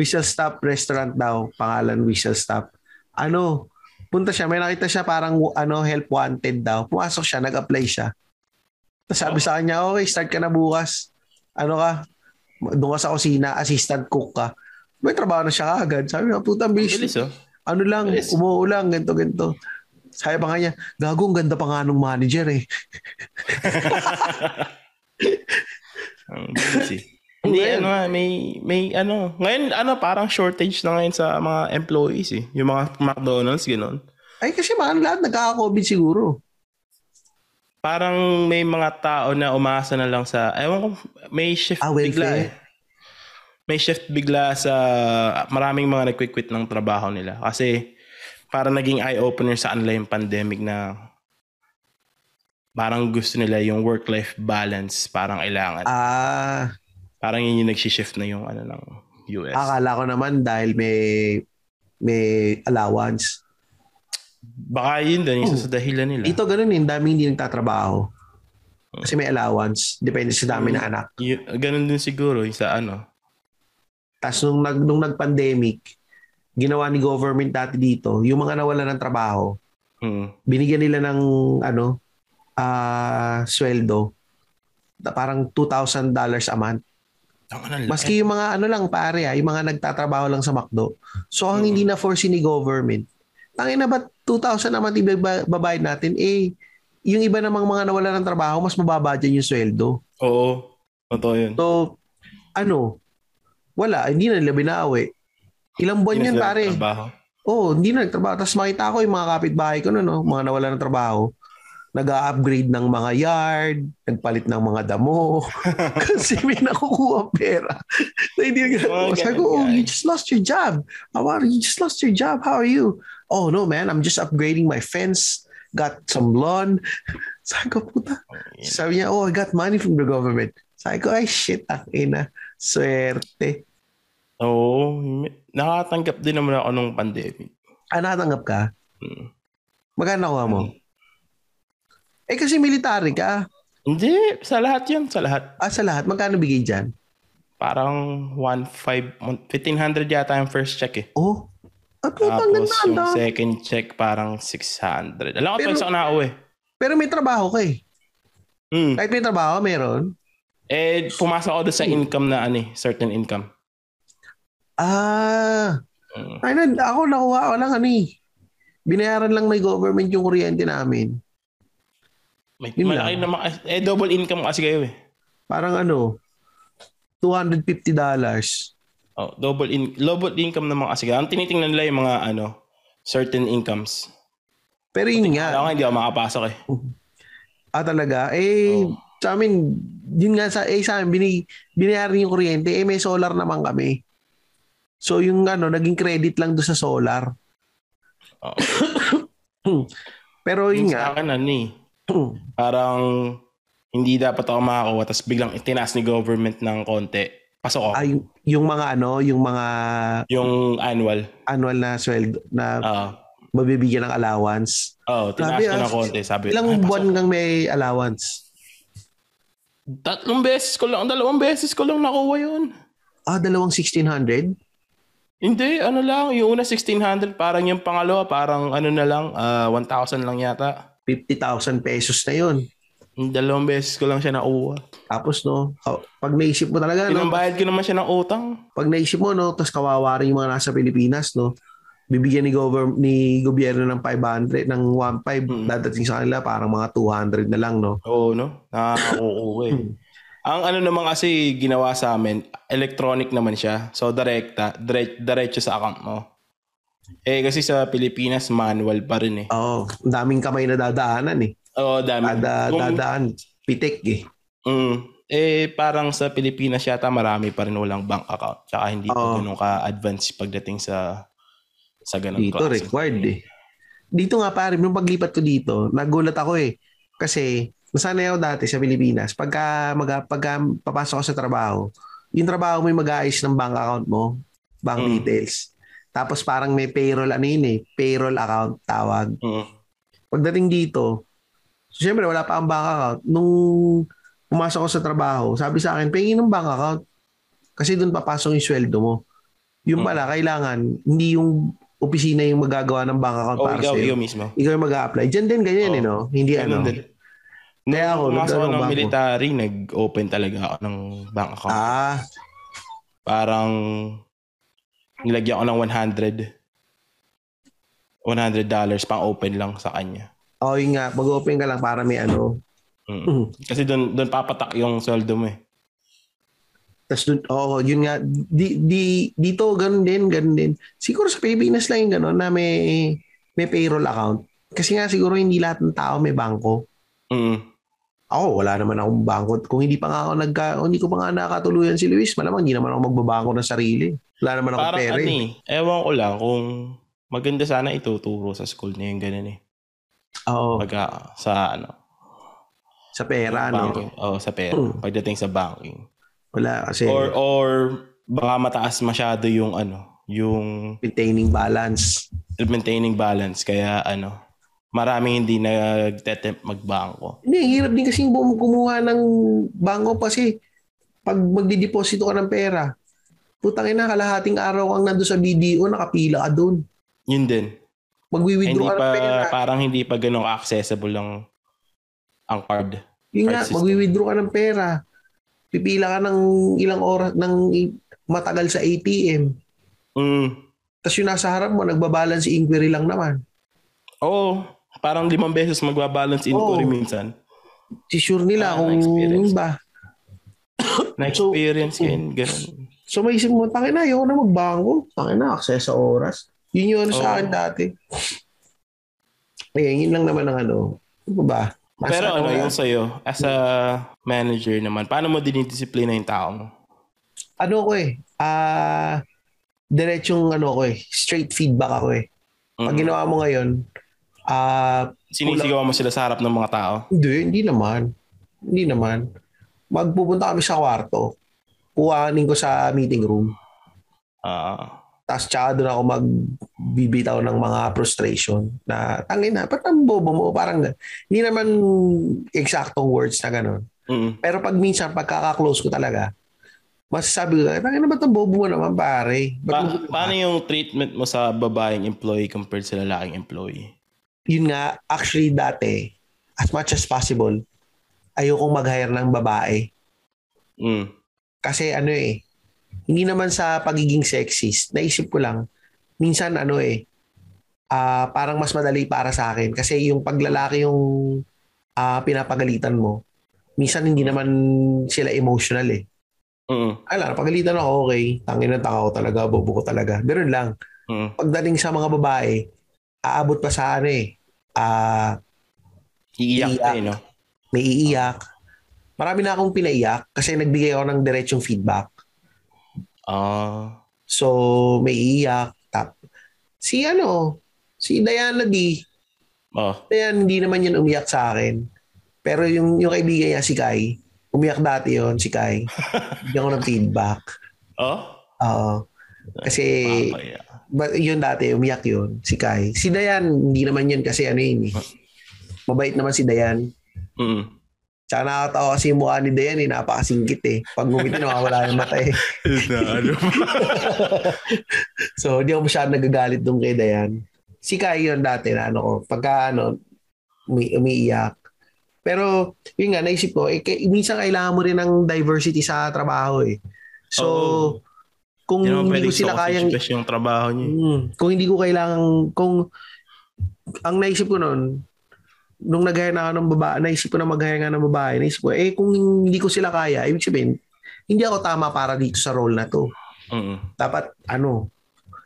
Whistle Stop Restaurant daw, pangalan Whistle Stop. Ano, punta siya, may nakita siya parang ano, help wanted daw. Pumasok siya, nag-apply siya. Tapos sabi sa kanya, okay, start ka na bukas. Ano ka? Doon ka sa kusina, assistant cook ka. May trabaho na siya agad. Sabi niya, puta, bilis. bilis oh. Ano lang, bilis. umuulang, ganito, ganito. Sabi pa nga niya, gago, ang ganda pa nga nung manager eh. Ang bilis eh. Hindi, Ngayon. ano nga, may, may ano. Ngayon, ano, parang shortage na ngayon sa mga employees eh. Yung mga McDonald's, gano'n. Ay, kasi mahal lahat, nagkaka-COVID siguro. Parang may mga tao na umaasa na lang sa, ewan ko, may shift Ah, bigla eh. welfare. May shift bigla sa maraming mga nagquiquit ng trabaho nila. Kasi parang naging eye-opener sa kanila yung pandemic na parang gusto nila yung work-life balance parang kailangan. Ah, Parang yun yung nagsishift na yung ano ng US. Akala ko naman dahil may may allowance. Baka yun din, isa sa dahilan nila. Dito ganun eh, dami hindi nagtatrabaho. Kasi may allowance, depende sa dami ng anak. Y- ganun din siguro yung sa ano. Tapos nung, nag, nung nag-pandemic, ginawa ni government dati dito, yung mga nawala ng trabaho, Hmm. binigyan nila ng ano, ah sweldo na parang $2,000 a month. Tama na, eh. Maski yung mga ano lang pare ah, yung mga nagtatrabaho lang sa McDo. So ang hindi na foresee ni government, tangin na ba 2,000 naman ibabayad natin? Eh, yung iba namang mga nawala ng trabaho, mas mababa dyan yung sweldo. Oo. Totoo yun. So, ano, wala, hindi na nila binawi. Ilang buwan yan Yun ang pare. trabaho. Oo, oh, hindi na nagtrabaho. Tapos makita ko yung mga kapitbahay ko, no, no, mga nawala ng trabaho, nag-upgrade ng mga yard, nagpalit ng mga damo, kasi may nakukuha ang pera. na hindi Mga nagtrabaho. Sabi ko, ganun, oh, you guys." just lost your job. How are you? You just lost your job. How are you? Oh, no, man. I'm just upgrading my fence. Got some lawn. Sabi ko, puta. Sabi niya, oh, I got money from the government. Sabi ko, ay, shit, ang ina. Swerte. Oo. may- Nakatanggap din naman ako nung pandemic. Ah, natanggap ka? Hmm. Magkano nakuha mo? Eh, kasi military ka. Hindi. Sa lahat yun. Sa lahat. Ah, sa lahat, magkano bigay dyan? Parang 1,500, 1,500 yata yung first check eh. Oh, at puta, Tapos ang ganda, ang yung dami. second check parang 600. Alam ko Pero- pa sa na uwi. Pero may trabaho ka eh. eh. Hmm. Kahit may trabaho, meron. Eh, pumasok ako doon sa income na ano eh, certain income. Ah, Hmm. ay na, ako nakuha ko lang ano eh. Binayaran lang ng government yung kuryente namin. May, Yun malaki lang. naman. Eh, double income kasi kayo eh. Parang ano, $250. Oh, double in double income ng mga asika. Ang tinitingnan nila yung mga ano, certain incomes. Pero yun Alam nga, ko hindi ako makapasok eh. ah talaga, eh, Oh. sa amin, yun nga sa, eh, sa amin, bini- binayaran yung kuryente, eh, may solar naman kami. So yung ano, naging credit lang doon sa solar. Oh. Pero Yung yun Sa nga, akin ano eh. Parang hindi dapat ako makakuha tapos biglang itinaas ni government ng konti. Pasok ako. ay yung mga ano, yung mga Yung annual. annual na sweldo na Oo. mabibigyan ng allowance. oh, tinaas Grabe, ko ah. ng konti. Sabi, Ilang "Ay, pasok." buwan kang may allowance? Tatlong beses ko lang, dalawang beses ko lang nakuha yun. Ah, dalawang 1,600? Hindi, ano lang, yung una 1600, parang yung pangalawa, parang ano na lang, ah, 1,000 lang yata. 50,000 pesos na yun. Yung Dalawang beses ko lang siya nakuha. Tapos no, ka- pag naisip mo talaga, no, Pinambayad ko naman siya ng utang. pag naisip mo, no, tapos kawawa rin yung mga nasa Pilipinas, no, bibigyan ni, govern, ni gobyerno ng 500, ng Mm. 1,500, dadating sa kanila, parang mga 200 na lang, no? Hmm. Oo, no? Nakakakuha eh. Ang ano naman kasi ginawa sa amin, electronic naman siya. So, direkta, dire- diretso sa account mo. Eh, kasi sa Pilipinas, manual pa rin eh. Oo, ang daming kamay na dadaanan eh. Oo, dami. Ada, Kung- dadaan, pitik eh. Mm, eh, parang sa Pilipinas yata marami pa rin walang bank account. Tsaka hindi Oo. pa ganun ka-advance pagdating sa sa ganun Dito klase. required eh. Dito nga pare, nung paglipat ko dito, nagulat ako eh. Kasi nasanay ako dati sa Pilipinas, pagka, mag, pagka papasok ko sa trabaho, yung trabaho mo yung mag-aayos ng bank account mo, bank Mm. details. Tapos parang may payroll ano yun eh, payroll account tawag. Mm. Pagdating dito, So, syempre, wala pa ang bank account. Nung pumasok ko sa trabaho, sabi sa akin, pingin ng bank account. Kasi doon papasok yung sweldo mo. Yung Hmm. pala, kailangan, hindi yung opisina yung magagawa ng bank account Oh, Ah, para ikaw, sa'yo. ikaw mismo. Ikaw yung mag-a-apply. Diyan din ganyan, Oo. eh, no? Hindi ano. Ganun din. Nung Kaya Oh, ako, pumasok ako nagkaroon ng ng banko. military, nag-open talaga ako ng bank account. Ah, Parang nilagyan ko ng 100 $100 dollars pang open lang sa kanya. oh, yun nga. Mag-open ka lang para may ano. Mm. Kasi doon doon papatak yung sweldo mo eh. Tapos dun, oo, yun nga. Di, di, dito, ganun din, ganun din. Siguro sa Pilipinas lang yung ganun na may, may payroll account. Kasi nga siguro hindi lahat ng tao may bangko. Mm. Ako, wala naman akong bangko. Kung hindi pa nga ako nagka, kung hindi ko pa nga nakatuluyan si Luis, malamang hindi naman ako magbabangko ng sarili. Wala naman akong Parang pera. ano eh. eh. Ewan ko lang kung maganda sana ituturo sa school niya yung ganun eh. Oo, Pag ah, sa ano. sa Oh. pera, no? banking. Oh, sa pera. Mm. Pagdating sa banking. Wala, kasi Or or baka mataas masyado yung ano, yung maintaining balance. maintaining balance kaya ano maraming hindi nagtetempt magbangko Hindi, ang hirap din kasi bum- kumuha ng bangko kasi pag magdideposito ka ng pera, putang ina, kalahating araw kang nandun sa BDO, nakapila ka doon. yun din hindi Magwi-withdraw ka pa ng pera. parang hindi pa ganun accessible ang ang card Yun card nga, system. magwi-withdraw ka ng pera. Pipila ka ng ilang oras, ng i- matagal sa ATM. mm Tapos yung nasa harap mo, nagbabalance inquiry lang naman. oo parang limang beses magbabalance inquiry Oo. minsan Si sure Ah, nila kung na-experience. yun ba. na experience yun ganun So may isip mo, tangin na, ayoko na magbango. Tangin na, access sa oras. Yun yung ano Oo. sa akin dati. Ayan, yun lang naman ang ano. Ano ba? Mas pero ano na- yung sa'yo as a manager naman paano mo dinidisiplina yung tao mo ano ko eh, ah, diretsong ano ko eh, straight feedback ako eh. mm. Pag ginawa mo ngayon, ah, sinisigawan mo sila sa harap ng mga tao hindi, hindi naman. Hindi naman. Magpupunta kami sa kwarto, kuhanin ko sa meeting room, ah tapos tsaka doon ako magbibitaw ng mga frustration na tangin na, ba't ang bobo mo? Parang hindi naman eksaktong words na ganun. mm. Pero pag minsan, pagkaka-close ko talaga, masasabi ko, "Ay, tangin na ba't ang bobo mo naman pare? Ba't Pa- mo ginawa?" paano yung treatment mo sa babaeng employee compared sa lalaking employee? yun nga, actually dati, as much as possible, ayokong mag-hire ng babae. Mm. Kasi ano eh, hindi naman sa pagiging sexist, naisip ko lang, minsan ano eh, ah, parang mas madali para sa akin. Kasi yung paglalaki yung ah, pinapagalitan mo, minsan hindi naman sila emotional eh. Mm. Ala, napagalitan ako, okay. Tangin ng tanga ko talaga, bobo ko talaga. Ganun lang. Mm. Pagdating sa mga babae, aabot pa sa ano eh, ah, Iiyak Iiyak. na eh, no? may iiyak. Marami na akong pinaiyak kasi nagbigay ako ng diretsong feedback. Ah. So, may iiyak. Tap. Si ano, si Diana D, oh. Diane, hindi naman yun umiyak sa akin. Pero yung, yung kaibigan niya, si Kai, umiyak dati yon si Kai. Bigyan ko ng feedback. Oh? Oo. Kasi, Papaya. ba, yun dati, umiyak yun, si Kai. Si Diane, hindi naman yun kasi ano yun eh. Mabait naman si Diane. Mm. Tsaka nakakatawa kasi yung mukha ni Diane eh, napakasingkit eh. Pag ngumiti, nawawala yung mata eh. na, ano So, hindi ako masyadong nagagalit doon kay Dayan. Si Kai yun dati na ano ko, pagka ano, umi- umiiyak. Pero, yun nga, naisip ko, eh, kay- minsan kailangan mo rin ng diversity sa trabaho eh. So, Oo. kung Hindi naman hindi pwede ko sila kayang, yung trabaho niya. Mm, kung hindi ko kailangan, kung, ang naisip ko noon, nung nag na ako ng babae, naisip ko na mag nga ng babae, naisip ko, eh kung hindi ko sila kaya, ibig sabihin, hindi ako tama para dito sa role na to Mm. dapat ano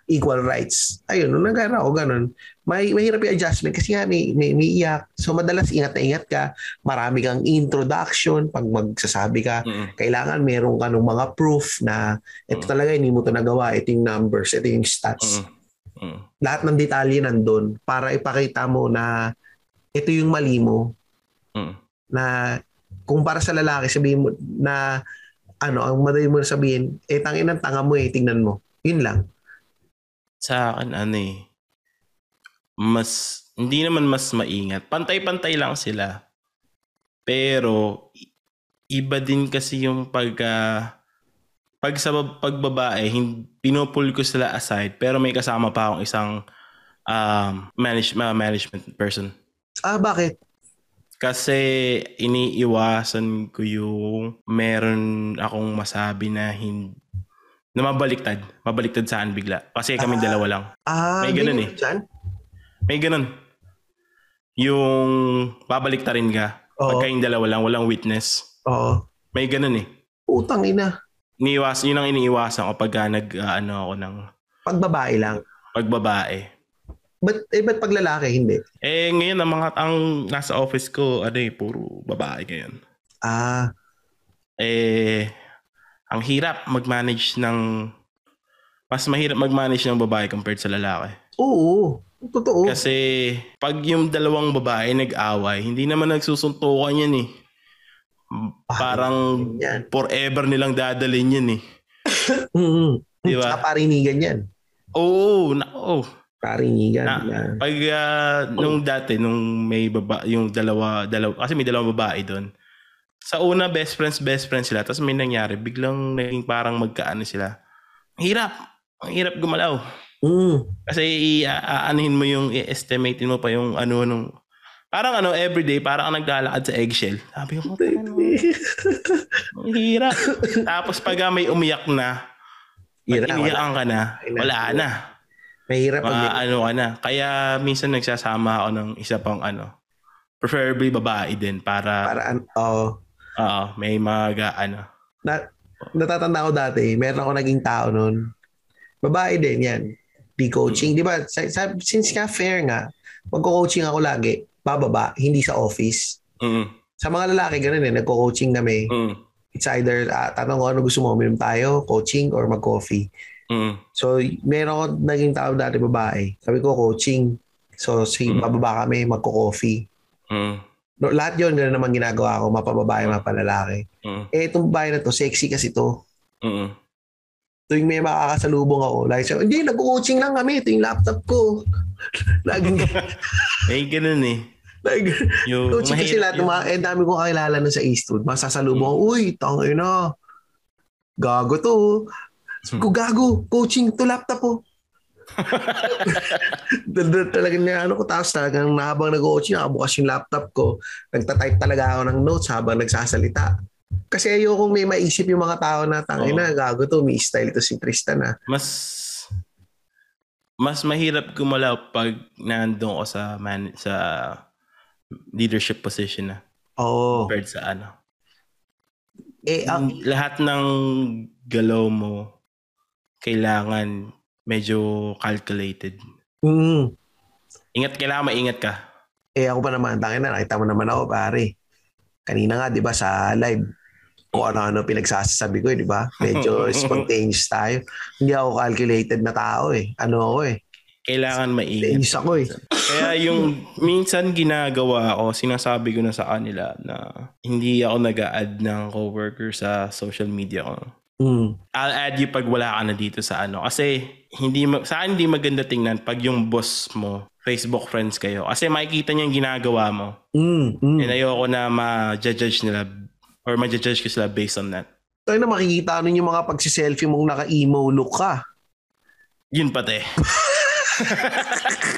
equal rights. Ayun, nung nag-ano ako, ganun. May, mahirap yung adjustment kasi nga may, may, may iyak. So madalas ingat na ingat ka. Marami kang introduction pag magsasabi ka. Mm. Kailangan meron ka ng mga proof na ito Mm. talaga, hindi mo to nagawa. Ito yung numbers, ito yung Mm. stats. Mm. Lahat ng detalye nandun para ipakita mo na ito yung mali mo. Mm. Na kung para sa lalaki, sabihin mo na ano, ang madali mo na sabihin, eh tangin ng tanga mo eh, tingnan mo. Yun lang. Sa akin, ano eh. Mas, hindi naman mas maingat. Pantay-pantay lang sila. Pero i- iba din kasi yung pag ah, pag sa bab- pagbabae, hin- pinupul ko sila aside pero may kasama pa akong isang um, manage, ma- management person. Ah, bakit? Kasi iniiwasan ko yung meron akong masabi na hindi na mabaliktad. Mabaliktad saan bigla. Kasi kami Ah. dalawa lang. Ah, May ganun eh. ganyan dyan? May ganun. Yung babaliktarin ka. Oo. Pagka yung dalawa lang, walang witness. Oo. May ganun eh. Utang ina. Iniiwas, yun ang iniiwasan ko pagka nag, ah, ano ako ng Pag babae lang. pagbabae. But, eh, ba't pag lalaki, hindi? Eh, ngayon, ang mga ang nasa office ko, ano eh, puro babae ngayon. Ah, Eh, ang hirap mag-manage ng, mas mahirap mag-manage ng babae compared sa lalaki. oo. Totoo. Kasi, pag yung dalawang babae nag-away, hindi naman nagsusuntukan yan eh. Ah. Parang Ganyan. forever nilang dadalin yan eh. Mm-hmm. Di ba? Sa parinigan yan. Oo, na, oo. Parinigan. Na- yan. Pag ah, nung dati, nung may baba, yung dalawa, dalawa, kasi may dalawang babae doon. Sa una, best friends, best friends sila. Tapos may nangyari, biglang naging parang magkaano sila. Ang hirap. Ang hirap gumalaw. Mm. Kasi i-aanihin mo yung, i-estimate mo pa yung ano, nung, parang ano, everyday, parang kang naglalakad sa eggshell. Sabi ko, "Putang ina, ang hirap. Tapos pag ah, may umiyak na, pag Hirap. wala. iniyakan ka na, wala na. Mahirap pag Mga ano ka na. Kaya minsan nagsasama ako ng isa pang ano. Preferably babae din para, para an- oo. oo, may mga ano. Natatanda ko dati, meron ako naging tao noon. Babae din yan. Di coaching, Mm. di ba? Sa, sa- since ka fair nga, magko-coaching ako lagi, bababa, hindi sa office. Mm, Sa mga lalaki, ganun eh, nagko-coaching kami. mm, It's either, ah, tanong ko ano gusto mo, minum tayo, coaching or mag-coffee. mm, So, meron ako naging tao dati babae. Sabi ko, coaching. So, sige, Mm. bababa kami, magko-coffee. mm, No, lahat yon ganun naman ginagawa ko, mapababae, mapalalaki. mm, Eh, itong babae na to, sexy kasi to. mm. Tuwing may makakasalubong ako, lagi siya, hindi, nagko-coaching lang kami, ito yung laptop ko. Laging, May ganun eh. lagi, Yung coaching kasi lahat, ng mga, eh, dami kong kakilala nun sa Eastwood, masasalubong, ako, uy, tangay na, gago to. oh." Hmm. Kung gago, coaching to laptop oh. ko. Dal- dal- talagang na ano ko tapos talagang habang nag-coaching nakabukas yung laptop ko nagtatype talaga ako ng notes habang nagsasalita kasi ayokong may maisip yung mga tao na tangay na gago to may style to si Tristan ah mas mas mahirap gumalaw pag nandun ko sa man, sa leadership position na oo compared sa ano. Oh. eh ang- Yung lahat ng galaw mo kailangan medyo calculated. mm, Ingat, kailangan maingat ka. eh ako pa naman tangay na nakita mo naman ako pare kanina nga di ba sa live kung ano-ano pinagsasabi ko eh, di ba? Medyo spontaneous tayo. Hindi ako calculated na tao eh. Ano ako eh. Kailangan maingat. Nainis ako eh. Kaya yung minsan ginagawa ko, sinasabi ko na sa kanila na hindi ako nag add ng coworker sa social media ko. Mm. I'll add you pag wala ka na dito sa ano. Kasi hindi ma- sa akin hindi maganda tingnan pag yung boss mo, Facebook friends kayo. Kasi makikita niya yung ginagawa mo. Mm. Mm. And ayoko na ma-judge nila or ma-judge ko sila based on that. Tayo na makikita nun yung mga pagsiselfie mong naka-emo look ka. Yun pati.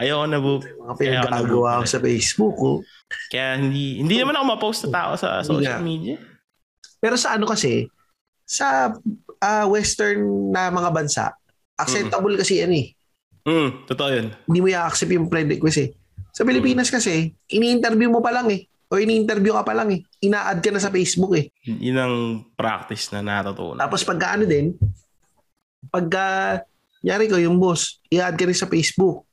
ayoko na bu Mga Kaya ako pinagagawa ko sa Facebook. Oh. Kaya hindi hindi naman ako ma-post na tao sa social Hindi nga. media. Pero sa ano kasi, sa ah, western na mga bansa, acceptable kasi yan eh. Mm, totoo 'yun. Hindi mo i-accept yung friend request eh. Sa Pilipinas kasi, ini-interview mo pa lang eh. O ini-interview ka pa lang eh. Ina-add ka na sa Facebook eh. Yun ang practice na natutunan. Tapos pagka ano din, pagka, yari ko yung boss, i-add ka rin sa Facebook.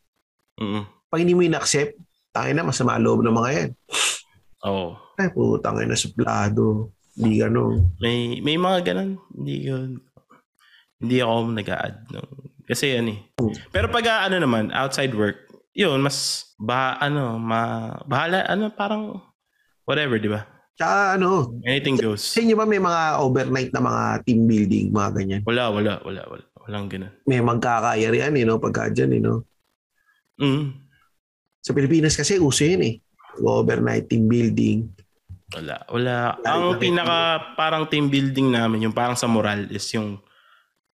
Mm. Pag hindi mo in-accept, tangin na masama loob ng mga yan. Oo. Ay, putang ina, suplado. Hindi ganun. May may mga ganun. Hindi ko hindi ako nag-add nung kasi ano eh. Pero pag ah, ano naman outside work, yun mas ba ano ma bahala ano parang whatever, di ba? Tsaka ano, Anything goes. sa inyo ba may mga overnight na mga team building, mga ganyan? Wala, wala, wala, wala. Walang ganun. May eh, magkakayarihan, you know, pagka dyan, you know. Mm. Sa Pilipinas kasi, uso yun eh. overnight team building. Wala. Wala. Wala Ang rin. pinaka parang team building namin, yung parang sa moral is yung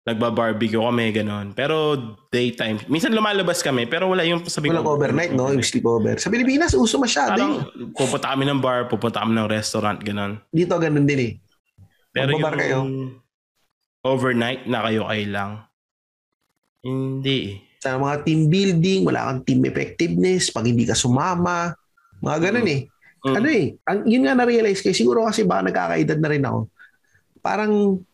nagba-barbecue kami, ganon. Pero daytime. Minsan lumalabas kami, pero wala yung sabi Walang overnight, no? Yung sleepover. Sa Pilipinas, uso masyado. eh. yun. Parang pupunta kami ng bar, pupunta kami ng restaurant, ganon. Dito, ganun din eh. Pero Magbabar kayo? overnight na kayo kayo lang. Hindi eh. Sa mga team building, wala kang team effectiveness, pag hindi ka sumama, mga ganun eh. Mm. Ano eh, ang, yun nga na-realize ko, eh, siguro kasi baka nagkakaedad na rin ako. Parang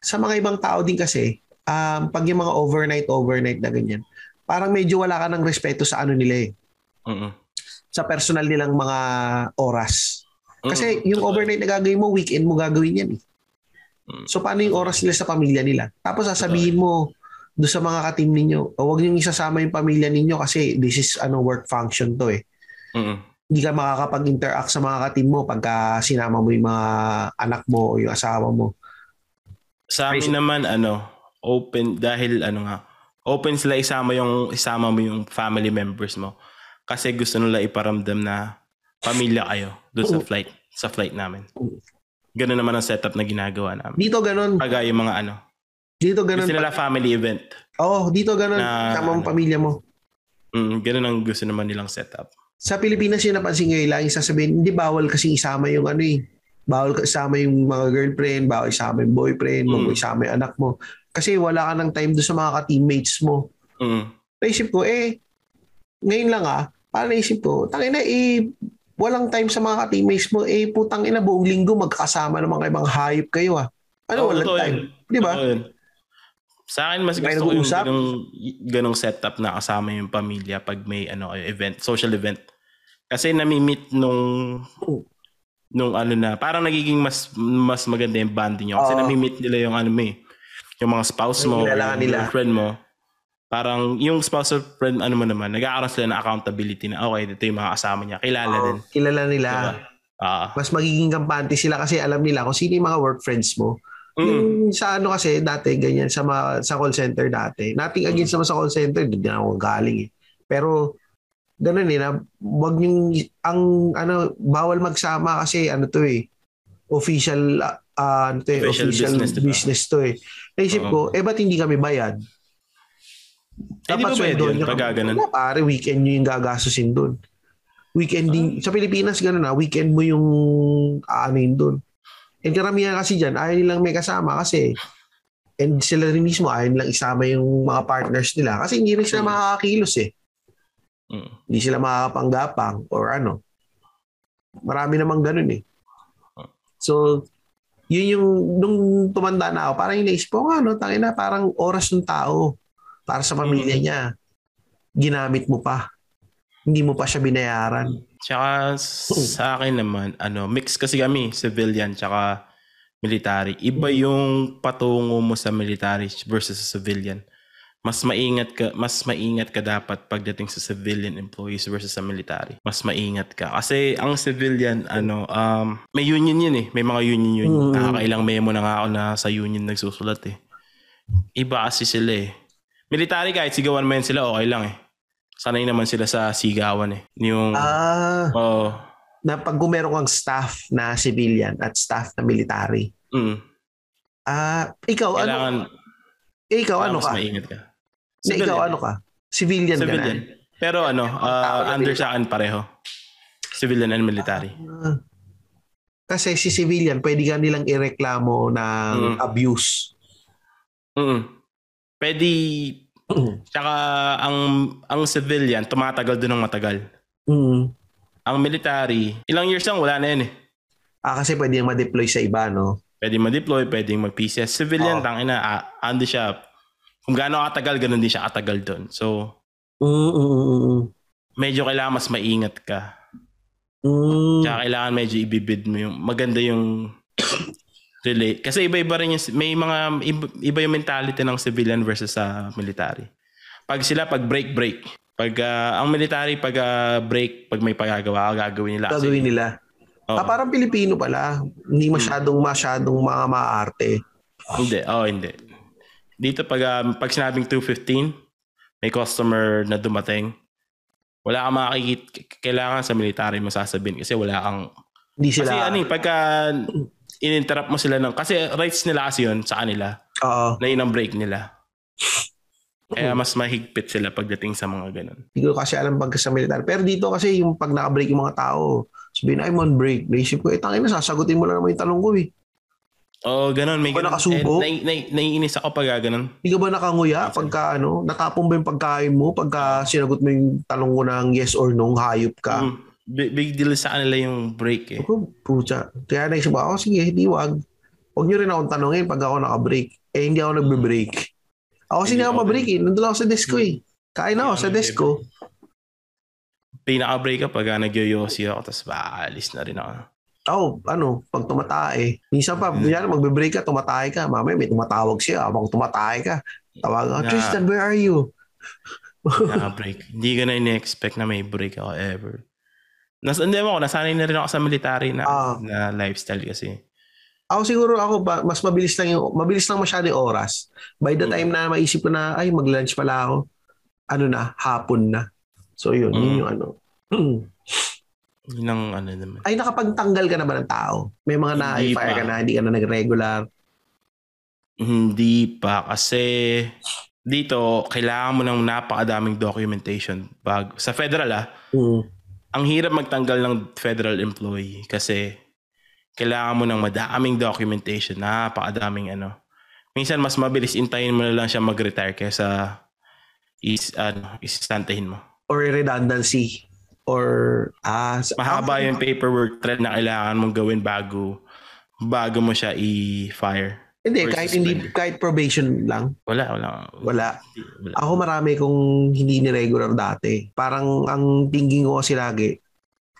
sa mga ibang tao din kasi, um, pag yung mga overnight, overnight na ganyan, parang medyo wala ka ng respeto sa ano nila eh, Mm-mm. sa personal nilang mga oras. Kasi Mm-mm. yung overnight na gagawin mo, weekend mo gagawin yan eh. Mm. So paano yung oras nila sa pamilya nila? Tapos sasabihin mo do sa mga ka-team ninyo, oh, huwag niyong isasama yung pamilya ninyo kasi this is ano work function to eh. Mm-mm. Hindi ka makakapag-interact sa mga ka-team mo pagka sinama mo yung mga anak mo o yung asawa mo. Sa amin Crazy. naman ano, open dahil ano nga, open sila isama yung isama mo yung family members mo kasi gusto nila iparamdam na pamilya kayo doon sa Oo. flight sa flight namin. Oo. Ganun naman ang setup na ginagawa namin. Dito ganun. Pagka yung mga ano, Dito ganun. gusto nila family event. Oh, dito ganun. Na- Sama mo pamilya mo. Mm, ganun ang gusto naman nilang setup. Sa Pilipinas yun napansin ngayon lang yung sasabihin, hindi bawal kasi isama yung ano eh. Bawal ka- isama yung mga girlfriend, bawal isama yung boyfriend, Mm. bawal isama yung anak mo. Kasi wala ka ng time do sa mga ka-teammates mo. Mm. naisip ko, eh, ngayon lang ah, parang naisip ko, tangin na, eh, walang time sa mga ka-teammates mo, eh, putang ina, buong linggo magkakasama ng mga ibang hayop kayo ah. Ano, Oo, walang totoo time. yun. Di ba? Oo, yun. Sa akin, mas Diba? May gusto ko yung nag-uusap? ganong, ganong setup na kasama yung pamilya pag may ano, kayo, event, social event. Kasi nami-meet nung Oo. nung ano na, parang nagiging mas mas maganda yung bonding nyo. Kasi Oo. nami-meet nila yung ano mo eh, yung mga spouse mo, Yung kilala yung nila. girlfriend mo. Parang yung spouse or friend, ano mo naman, nag-aaral sila ng accountability na, okay, ito yung mga kasama niya. Kilala Oo, din. kilala nila. Diba? Ah. Mas magiging kampante sila kasi alam nila kung sino yung mga work friends mo. Mm. Yung sa ano kasi, dati ganyan, sa, mga, sa call center dati. Nothing against naman sa call center, hindi na ako galing eh. Pero, ganun eh, na, wag yung, ang, ano, bawal magsama kasi, ano to eh, official, ah, ah, ano to eh, Official official, business, business, diba? to eh. Naisip ko, Oo. eh, ba't hindi kami bayad? Eh, di ba ba sweldo yun? nyo Pagka kami. ganun. Wala, pare, weekend nyo yung gagastusin doon. Weekend din, sa Pilipinas, ganun na, weekend mo yung aanin doon. And karamihan kasi dyan, ayaw nilang may kasama kasi and sila rin mismo ayaw nilang isama yung mga partners nila kasi hindi rin sila Mm. makakakilos eh. Mm. Hindi sila makakapanggapang or ano. Marami namang ganun eh. So, yun yung, nung tumanda na ako, parang inaisip ko, ano, tangin na, parang oras ng tao para sa pamilya Mm. niya. Ginamit mo pa. Hindi mo pa siya binayaran. Tsaka sa akin naman, ano, mix kasi kami, civilian tsaka military. Iba yung patungo mo sa military versus sa civilian. Mas maingat ka, mas maingat ka dapat pagdating sa civilian employees versus sa military. Mas maingat ka kasi ang civilian ano, um, may union yun eh, may mga union yun. Mm. Nakakailang memo na nga ako na sa union nagsusulat eh. Iba kasi sila eh. Military kahit sigawan mo yan sila, okay lang eh. Sanay naman sila sa sigawan eh. Yung Ah, Oo. na pag kung meron kang staff na civilian at staff na military. Mm. Ah, ikaw Kailangan, ano? Eh, ikaw kailangan ano mas ka? maingat ka. Na ikaw ano ka? Civilian, Civilian. ka Pero ano, ah, Tao na under sa akin pareho. Civilian and military. na. Ah. Kasi si civilian, pwede ka nilang ireklamo ng Mm. abuse. Mm. Pwede, tsaka ang, ang civilian, tumatagal doon ng matagal. Mm. Ang military, ilang years lang, wala na yun eh. Ah, kasi pwede yung ma-deploy sa iba, no? Pwede ma-deploy, pwede mag-PCS. Civilian, Oo. tangina, ah, ando siya. Kung gaano katagal, ganun din siya katagal doon. So, Mm, mm, mm, mm. medyo kailangan mas maingat ka. Mm. Tsaka kailangan medyo ibibid mo yung maganda yung relate. Kasi iba-iba rin yung, may mga, iba- iba yung mentality ng civilian versus sa military. Pag sila, pag break, break. Pag ah, ang military, pag ah, break, pag may pagagawa, gagawin nila. Kasi- Gagawin nila. Oo. Hmm. Ah, parang Pilipino pala. Hindi masyadong masyadong mga maarte. Hindi, oh, hindi. Dito, pag, ah, pag sinabing 215, may customer na dumating, wala kang makikit kailangan sa military masasabihin kasi wala kang Hindi kasi sila... ano eh pagka in-interrupt mo sila ng kasi rights nila kasi yun sa kanila Oo. na yun ang break nila kaya mas mahigpit sila pagdating sa mga ganun Hindi ko kasi alam pag sa military. Pero dito kasi yung pag naka-break yung mga tao, sabihin, I'm on break. Naisip ko, eh, tangin na, sasagutin mo lang naman yung tanong ko eh. oh ganun may Ako ganun nakasubo? Eh, nai- nai- naiinis ako pag ganun Hindi ka ba nakanguya pagka ano, natapon ba yung pagkain mo pagka sinagot mo yung tanong ko ng yes or no, hayop ka. Mm. Bi- big deal sa kanila yung break eh Ako, pucha. Kaya naisip ako, "Oh, sige, di wag. Huwag nyo rin akong tanongin pag ako naka-break. Eh, hindi ako nagbe-break. Ako kasi Hindi hindi ako ako ma-break eh. Nandun ako sa desk ko eh. Kain ako sa desk ko. pinaka-break ka pag nagyoyosi ako tapos baalis na rin ako Ako, ano, pag tumatae. Minsan Hmm. pa, yan, magbe-break ka, tumatae ka. Mamaya may tumatawag siya. Habang tumatae ka, tawag ako, Na- Tristan, where are you? Nakaka-break. Hindi ko na in-expect na may break ako ever. Nas hindi mo ako, nasanay na rin ako sa military na, Ah. na lifestyle kasi. Ako siguro ako ba- mas mabilis lang yung mabilis lang masyado yung oras. By the Mm. time na maisip ko na ay mag-lunch pala ako, ano na, hapon na. So yun, yun Mm. yung ano. Yun ang ano naman. ay nakapagtanggal ka na ba ng tao? May mga Hindi na-fire pa. ka na, hindi ka na nag-regular. Hindi pa kasi dito kailangan mo ng napakadaming documentation bag sa federal ah. Mm. Ang hirap magtanggal ng federal employee kasi kailangan mo ng madaming documentation, napakadaming ano. Minsan mas mabilis intayin mo na lang siya mag-retire kaysa is ano, istantahin mo. Or redundancy. Or, ah, sa- Mahaba ah, yung paperwork trail na kailangan mong gawin bago bago mo siya i-fire. Hindi, versus kahit hindi, suspended. kahit probation lang, Wala, wala. wala. Hindi, wala. Ako marami kong hindi ni-regular dati. Parang ang thinking ko kasi lagi,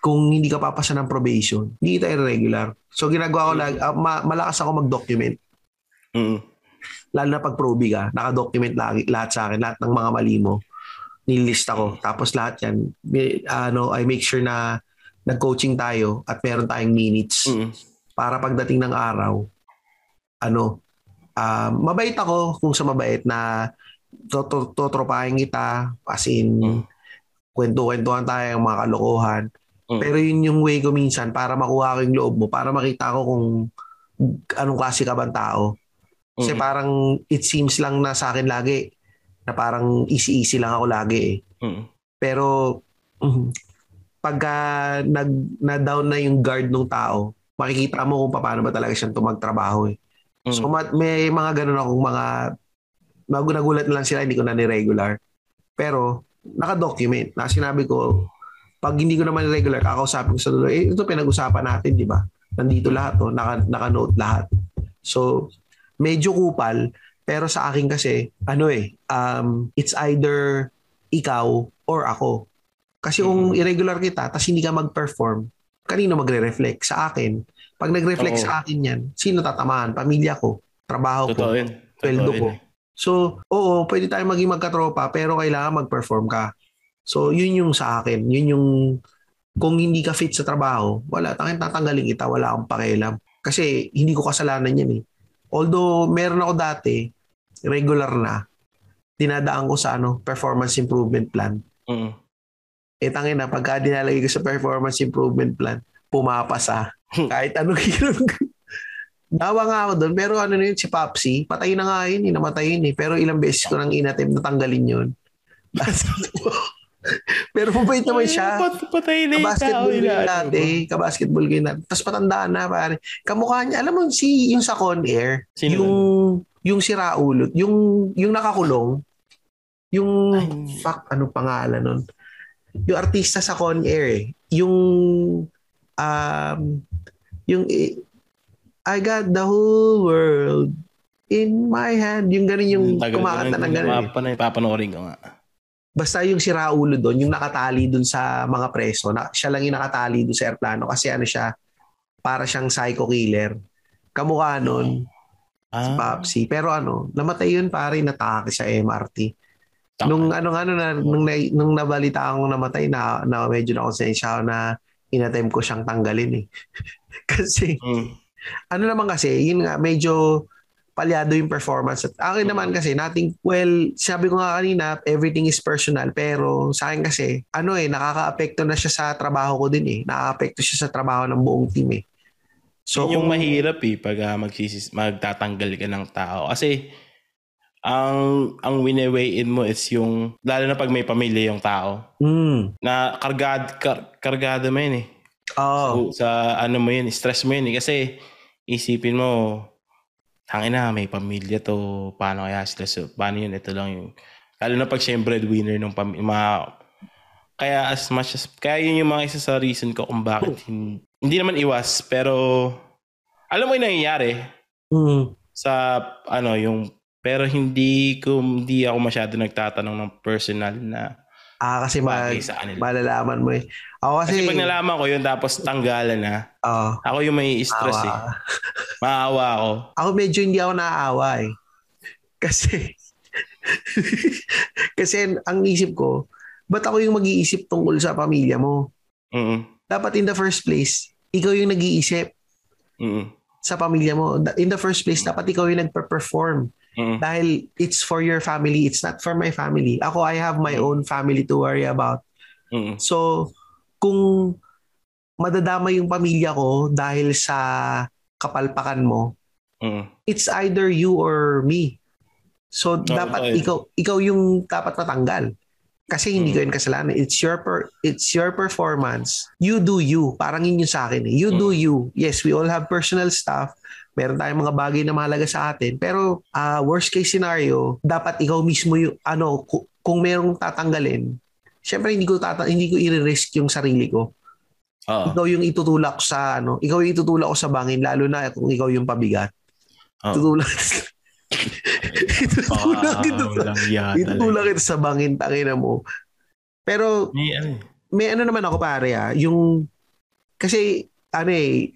kung hindi ka papasa ng probation, hindi tayo regular. So ginagawa ko Hmm. lagi, ah, ma- malakas ako mag-document. Mm. Lalo na pag proby ka, nakadocument lagi, lahat sa akin, lahat ng mga mali mo. Nilista ko. Tapos lahat yan, may- ano, I make sure na nag-coaching tayo at meron tayong minutes Mm. para pagdating ng araw, ano, ah, mabait ako kung sa mabait na to- to- totropahin kita as in Mm. kwento-kwentuhan tayo ng mga kalokohan. Mm. Pero yun yung way ko minsan para makuha ko yung loob mo, para makita ko kung anong klase ka bang tao. Kasi Mm. parang it seems lang na sa akin lagi na parang easy-easy lang ako lagi eh. Mm. Pero mm, pagka nag, na-down na yung guard ng tao, makikita mo kung paano ba talaga siyang tumagtrabaho eh. Mm. So ma- may mga ganun akong mga bago nagulat na lang sila, hindi ko na ni-regular. Pero naka-document na sinabi ko, pag hindi ko naman regular, kakausapin ko sa dulo, eh, ito pinag-usapan natin, di ba? Nandito lahat, oh, naka, naka-note lahat. So, medyo kupal, pero sa akin kasi, ano eh, um, it's either ikaw or ako. Kasi kung irregular kita, tapos hindi ka mag-perform, kanino magre-reflect? Sa akin. Pag nag-reflect Oo. sa akin yan, sino tatamaan? Pamilya ko, trabaho Totoo ko. yun. Sweldo Totoo yun ko. eh. So, oo, pwede tayo maging magkatropa, pero kailangan mag-perform ka. So, yun yung sa akin. Yun yung, kung hindi ka fit sa trabaho, wala, tangin tatanggalin kita, wala akong pakialam. Kasi, hindi ko kasalanan yan eh. Although, meron ako dati, regular na, dinadaan ko sa ano, performance improvement plan. Mm. Eh, tangin na, pagka dinalagay ko sa performance improvement plan, pumapasa. Kahit anong hirap ko. Dawa nga ako doon, pero ano na yun, si Popsy, patay na nga yun, eh, namatay yun eh. Pero ilang beses ko nang inatim na tanggalin yun. pero mabait naman siya. Pat- patay na yung tao. Kabasketball game inaano dati. ko. Kabasketball game natin. Tapos patandaan na, pare. Kamukha niya, alam mo, si, yung sa Con Air, Sino yung, yun? yung si Raulot, yung, yung nakakulong, yung, Ay. fuck, ano pangalan nun? Yung artista sa Con Air, eh. Yung, um, yung, eh, I got the whole world in my hand. Yung ganun yung Hmm, Tagal kumakanta na ng yun. ganun. eh. Mapapanood- Papanoorin ko nga. Basta yung si Raulo doon, yung nakatali doon sa mga preso, na, siya lang yung nakatali doon sa airplano kasi ano siya, para siyang psycho killer. Kamukha Hmm. nun, si Ah, Popsy. Pero ano, namatay yun pare, natake sa MRT. taka. Nung ano nga, ano, na, nung, na, nung nabalita akong namatay, na, na medyo nakonsensya ako na inattempt ko siyang tanggalin eh. kasi Mm. ano naman kasi, yun nga, medyo palyado yung performance. At akin Mm. naman kasi, nating, well, sabi ko nga kanina, everything is personal. Pero sa akin kasi, ano eh, nakaka-apekto na siya sa trabaho ko din eh. Nakaka-apekto siya sa trabaho ng buong team eh. So, yung mahirap eh pag ah, magsisis, magtatanggal ka ng tao. Kasi ang ang wineweighin mo is yung lalo na pag may pamilya yung tao Mm. na kargad kar, kargado mo yun eh. Oo. So, sa ano mo yun, stress mo yun eh. kasi isipin mo hangin na may pamilya to, paano kaya sila so, paano yun ito lang yung lalo na pag siya yung breadwinner ng pam- mga kaya as much as kaya yun yung mga isa sa reason ko kung bakit hin- hindi naman iwas pero alam mo yung nangyayari Mm. sa ano yung pero hindi ko hindi ako masyado nagtatanong ng personal na Ah, kasi ma- bagay sa kanila. malalaman mo eh. Ako kasi, Ano Kasi pag nalaman ko yun tapos tanggalan na, Oo. ako yung may stress eh. awa. Maawa ako. Ako medyo hindi ako naaawa eh. Kasi, kasi ang isip ko, ba't ako yung mag-iisip tungkol sa pamilya mo? Mm. Dapat in the first place, ikaw yung nag-iisip Mm. sa pamilya mo. Da- In the first place, dapat ikaw yung nagpe-perform. Mm. Dahil it's for your family, it's not for my family. Ako, I have Hmm. my own family to worry about. Mm. So, kung madadama yung pamilya ko dahil sa kapalpakan mo, Mm. it's either you or me. So, okay. dapat ikaw ikaw yung dapat matanggal. Kasi hindi Mm. ko yun kasalanan. It's your per, it's your performance. You do you. Parang yun yung sa akin. Eh. You do you. Yes, we all have personal stuff. Meron tayong mga bagay na mahalaga sa atin. Pero ah, worst case scenario, dapat ikaw mismo yung ano ku- kung merong tatanggalin. Syempre hindi ko tata- hindi ko i-risk yung sarili ko. Oo. Ikaw yung itutulak sa ano, ikaw yung itutulak ko sa bangin lalo na kung ikaw yung pabigat. Oo. Tutulak. tutulak ito. Pakaw lang yata. Itutulak ito sa bangin tangina mo. Pero May ano eh. may ano naman ako pare ah, yung kasi ano eh,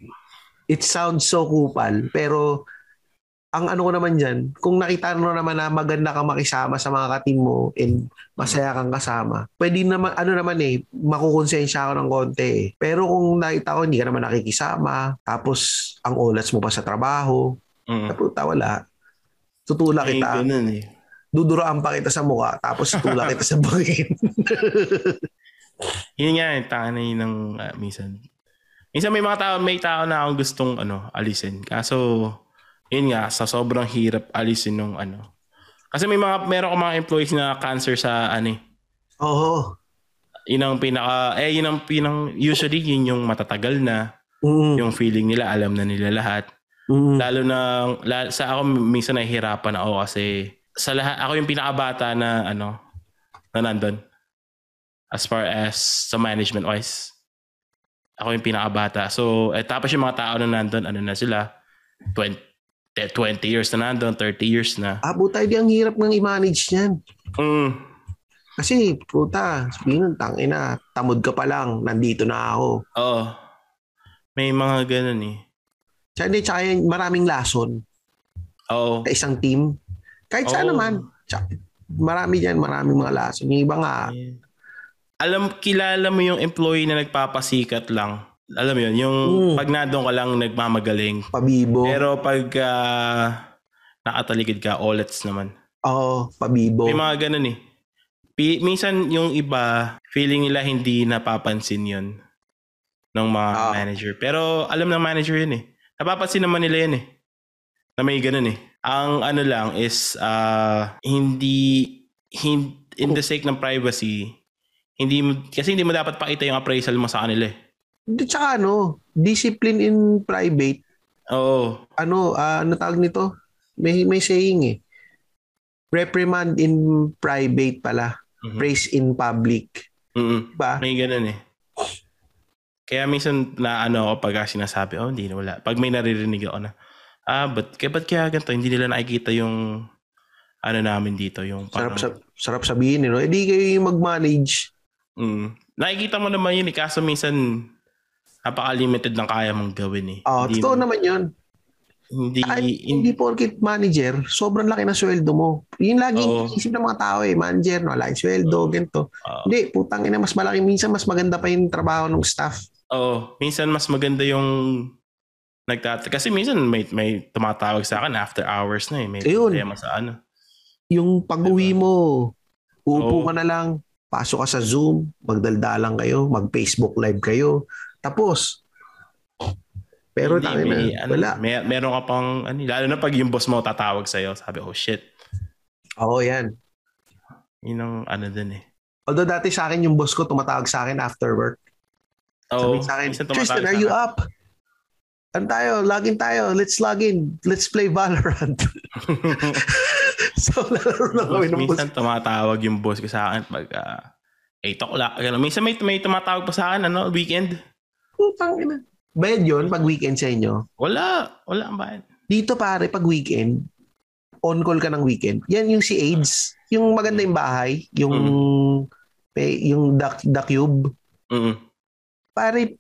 it sounds so kupal pero ang ano ko naman dyan, kung nakita mo naman na maganda ka makisama sa mga katim mo and masaya kang kasama, pwede naman, ano naman eh, makukonsensya ako ng konti eh. Pero kung nakita ko, hindi ka naman nakikisama, tapos ang olas mo pa sa trabaho, Mm. puta wala. Tutula May kita ganun eh. duduraan pa kita sa mukha tapos itula kita sa bangin. Yun nga yung tanay ng ah, minsan. Minsan may mga tao, may tao na akong gustong ano, alisin. Kaso, yun nga, sa sobrang hirap alisin nung ano. Kasi may mga, meron ko mga employees na cancer sa ano eh. Oo. Yun ang pinaka, eh yun ang pinang, usually yun yung matatagal na. Mm, Yung feeling nila, alam na nila lahat. mm, Lalo na, la- sa ako minsan nahihirapan ako kasi sa lahat, ako yung pinakabata na ano, na nandun. As far as sa management wise. Ako yung pinakabata. So, eh, tapos yung mga tao na nandun, ano na sila, 20, 20 years na nandun, 30 years na. Ah, puta, hindi ang hirap ng i-manage niyan. Mm, Kasi, puta, sabihin ng tangina, tamod ka pa lang, nandito na ako. oo. May mga ganun eh. Tsaka, hindi, tsaka yan, maraming lason Oo. sa isang team. Kahit saan Oo. naman. Eh, Tsaka, marami dyan, maraming mga lason. Yung iba nga, Yeah. Alam, kilala mo yung employee na nagpapasikat lang. Alam mo yun, yung Mm. pag nadong ka lang nagmamagaling. pabibo. Pero pag ah, nakatalikid ka, olets naman. Oo, pabibo. May mga ganun eh. Pi- minsan yung iba, feeling nila hindi napapansin yon ng mga Ah. manager. Pero alam ng manager yun eh. Napapansin naman nila yun eh. Na may ganun eh. Ang ano lang is ah, hindi, hin- in the sake ng privacy, hindi mo, kasi hindi mo dapat pakita yung appraisal mo sa kanila eh. Hindi, Tsaka ano, discipline in private, Oo. ano, ah, ano tawag nito? May, may saying eh. Reprimand in private pala. Mhm. praise in public. Mm-mm. Diba? May ganun eh. Kaya minsan na ano ako pag sinasabi, oh hindi na wala. Pag may naririnig ako na, ah, ba't, kaya, ba't kaya ganito? Hindi nila nakikita yung ano namin dito, yung parang, Sarap, sa, sarap sabihin, eh, no? Eh, di kayo yung mag-manage. Mm. nakikita mo naman yun eh, kaso minsan napaka-limited ng kaya mong gawin eh. Oh, hindi, totoo naman yun. hindi, Ay, hindi, hindi porkit manager, sobrang laki ng sweldo mo. Yun lagi Oo. yung isip ng mga tao eh. Manager, no, laki sweldo, ganito. oo. Hindi, putang ina, mas malaki. Minsan, mas maganda pa yung trabaho ng staff. Oo. minsan mas maganda yung nagtat kasi minsan may may tumatawag sa akin after hours na eh. May Ayun. problema sa ano. Yung pag-uwi mo, uupo Diba? Oo. ka na lang, pasok ka sa Zoom, magdaldalan kayo, mag-Facebook live kayo, tapos. Pero Hindi, tangin may, na, ano, wala. May, meron ka pang, ano, lalo na pag yung boss mo tatawag sa'yo, sabi, oh shit, Oo, yan. yun ang ano din eh. Although dati sa akin, yung boss ko tumatawag sa akin after work. Oo, Sabi sa akin, minsan tumatawag sa Tristan, are you akin. up? Ano tayo? Login tayo. Let's log in. Let's play Valorant. so, lalaro na kami ng boss. minsan tumatawag yung boss ko sa akin pag ah, 8 o'clock. Ganun. Minsan may, may tumatawag pa sa akin, ano, weekend. Putang ina. Bayad yun pag weekend sa inyo. Wala, wala ang bayan. Dito pare, pag weekend, on-call ka ng weekend. Yan yung si AIDS. Yung maganda yung bahay. Yung, may- yung the, the Cube. Mm. Pare,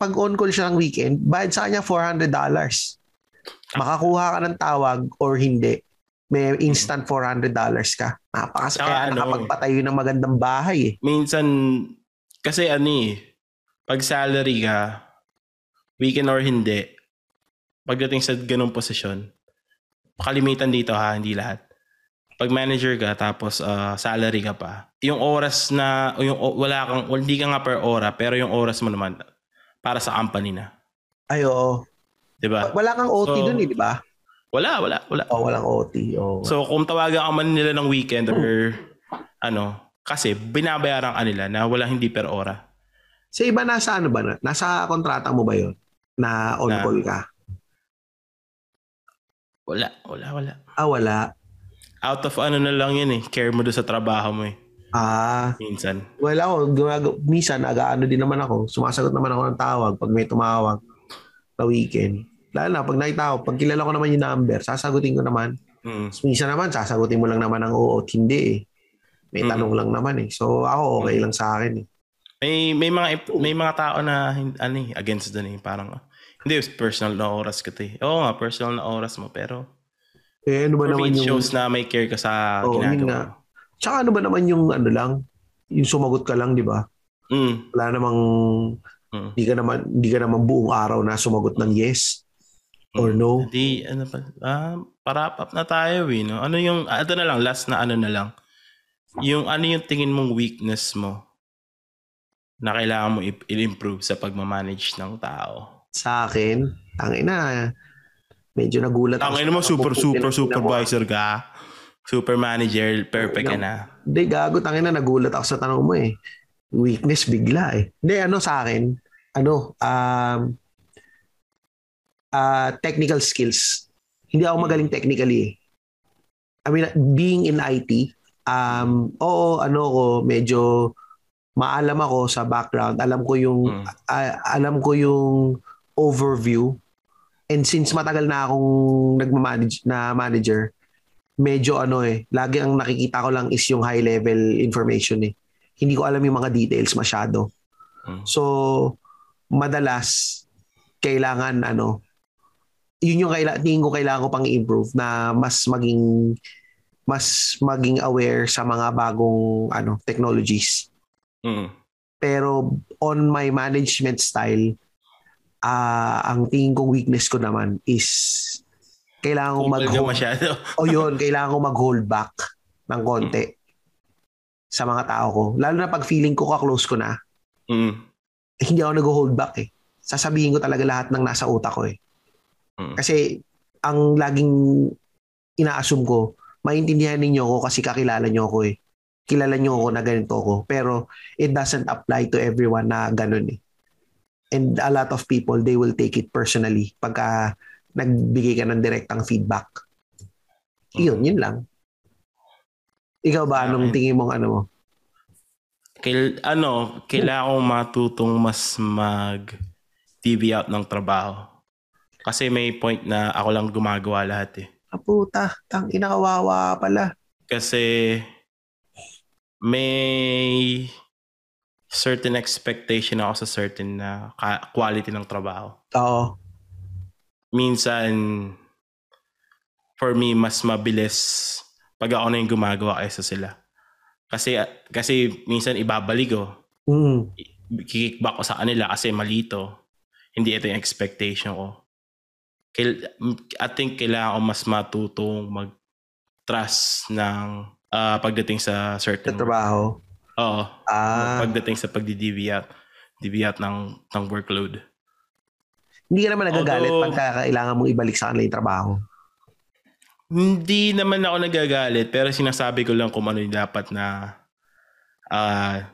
pag on-call siya ng weekend, bayad sa kanya $400. Makakuha ka ng tawag or hindi. May instant $400 ka. Napakas Tsaka kaya ano, nakapagpatayo ng magandang bahay eh. Minsan, kasi ano eh, pag salary ka, weekend or hindi, pagdating sa ganung posisyon, kalimitan dito ha, hindi lahat. Pag manager ka tapos ah, salary ka pa, yung oras na o yung o- wala kang o hindi ka nga per ora, pero yung oras mo naman para sa company na, Ay oo. 'di ba? Wala kang OT So- dun eh, di ba? Wala, wala, wala. Oo, walang OT. Oo. So kung tawagan ka man nila ng weekend or ano, kasi binabayaran ka nila na wala hindi per ora. Sa iba nasa ano ba? na- Nasa kontrata mo ba yun? Na on-call ka? Wala, wala, wala. Ah, wala. Out of ano na lang yun eh, care mo doon sa trabaho mo eh, Ah, minsan. wala ako. Gumag- Minsan, nag-ano din naman ako. Sumasagot naman ako ng tawag pag may tumawag na weekend. Lalo na, pag nakita ko, pag kilala ko naman yung number, sasagutin ko naman. Mm. Tapos minsan naman, sasagutin mo lang naman ng oo at hindi eh. May Mm. tanong lang naman eh. So, ako okay lang sa akin eh. May may mga ip- may mga tao na hin- ano eh, against doon eh, parang ah, hindi personal na oras ko 'to eh. Oo nga, personal na oras mo pero Eh, ano ba for me, naman it yung... shows na may care ka sa Oo, yun nga. ginagawa. Tsaka ano ba naman yung ano lang? Yung sumagot ka lang, di ba? mo. Mm. Wala namang... Mm. Di ka naman, di ka naman buong araw na sumagot ng yes or Mm. no. Hindi, ano pa, ah, parap up na tayo eh, no? Ano yung, ah, ito na lang, last na ano na lang. Yung ano yung tingin mong weakness mo na kailangan mo i- i-improve sa pagmamanage ng tao. sa akin, tangin na, medyo nagulat Ang ino mo, Ah, sa- super, super, Pinakuha. supervisor ka. Super manager, perfect ka na. Hindi, gago, tangin na, nagulat ako sa tanong mo eh. Weakness bigla eh. Hindi, ano sa akin, ano, um, ah technical skills. Hindi ako magaling technically eh. I mean, being in IT, um, oo, ano ko, medyo maalam ako sa background. Alam ko yung Mm. a- alam ko yung overview and since matagal na akong nagmamanage na manager medyo ano eh lagi ang nakikita ko lang is yung high level information eh hindi ko alam yung mga details masyado Mm. so madalas kailangan ano yun yung kaila, tingin ko kailangan ko pang improve na mas maging mas maging aware sa mga bagong ano technologies Mm. pero on my management style, ah ang tingin kong weakness ko naman is kailangan kong Kupal ka mag-hold. masyado. O yun, kailangan kong mag-hold back ng konti sa mga tao ko. Lalo na pag feeling ko ka-close ko na, Mm. eh, hindi ako nag-hold back eh. Sasabihin ko talaga lahat ng nasa utak ko eh. Mm. Kasi ang laging ina-assume ko, maintindihan ninyo ako kasi kakilala nyo ako eh. Kilala nyo ako na ganito ako. Pero it doesn't apply to everyone na ganun eh. And a lot of people, they will take it personally pagka nagbigay ka ng direktang feedback. Iyon, yun lang. Ikaw ba, anong Akin. tingin mong ano mo? Kail, ano, kailangan kong matutong mas mag TV out ng trabaho. Kasi may point na ako lang gumagawa lahat eh. Ah, puta, tang inakawawa pala. Kasi may certain expectation ako sa certain na ka- quality ng trabaho. Oo. Minsan, for me, mas mabilis pag ako na yung gumagawa kaysa sila. Kasi, kasi minsan ibabalik ko. Mm. kikikback ko sa kanila kasi malito. Hindi ito yung expectation ko. kail- I think kailangan ko mas matutong mag-trust ng ah, pagdating sa Sa certain work. trabaho. Oo. Ah, Pagdating sa pagdi-deviate deviate ng ng workload. hindi ka naman nagagalit Although- pagka kailangan mong ibalik sa kanila yung trabaho. Hindi naman ako nagagalit pero sinasabi ko lang kung ano yung dapat na ah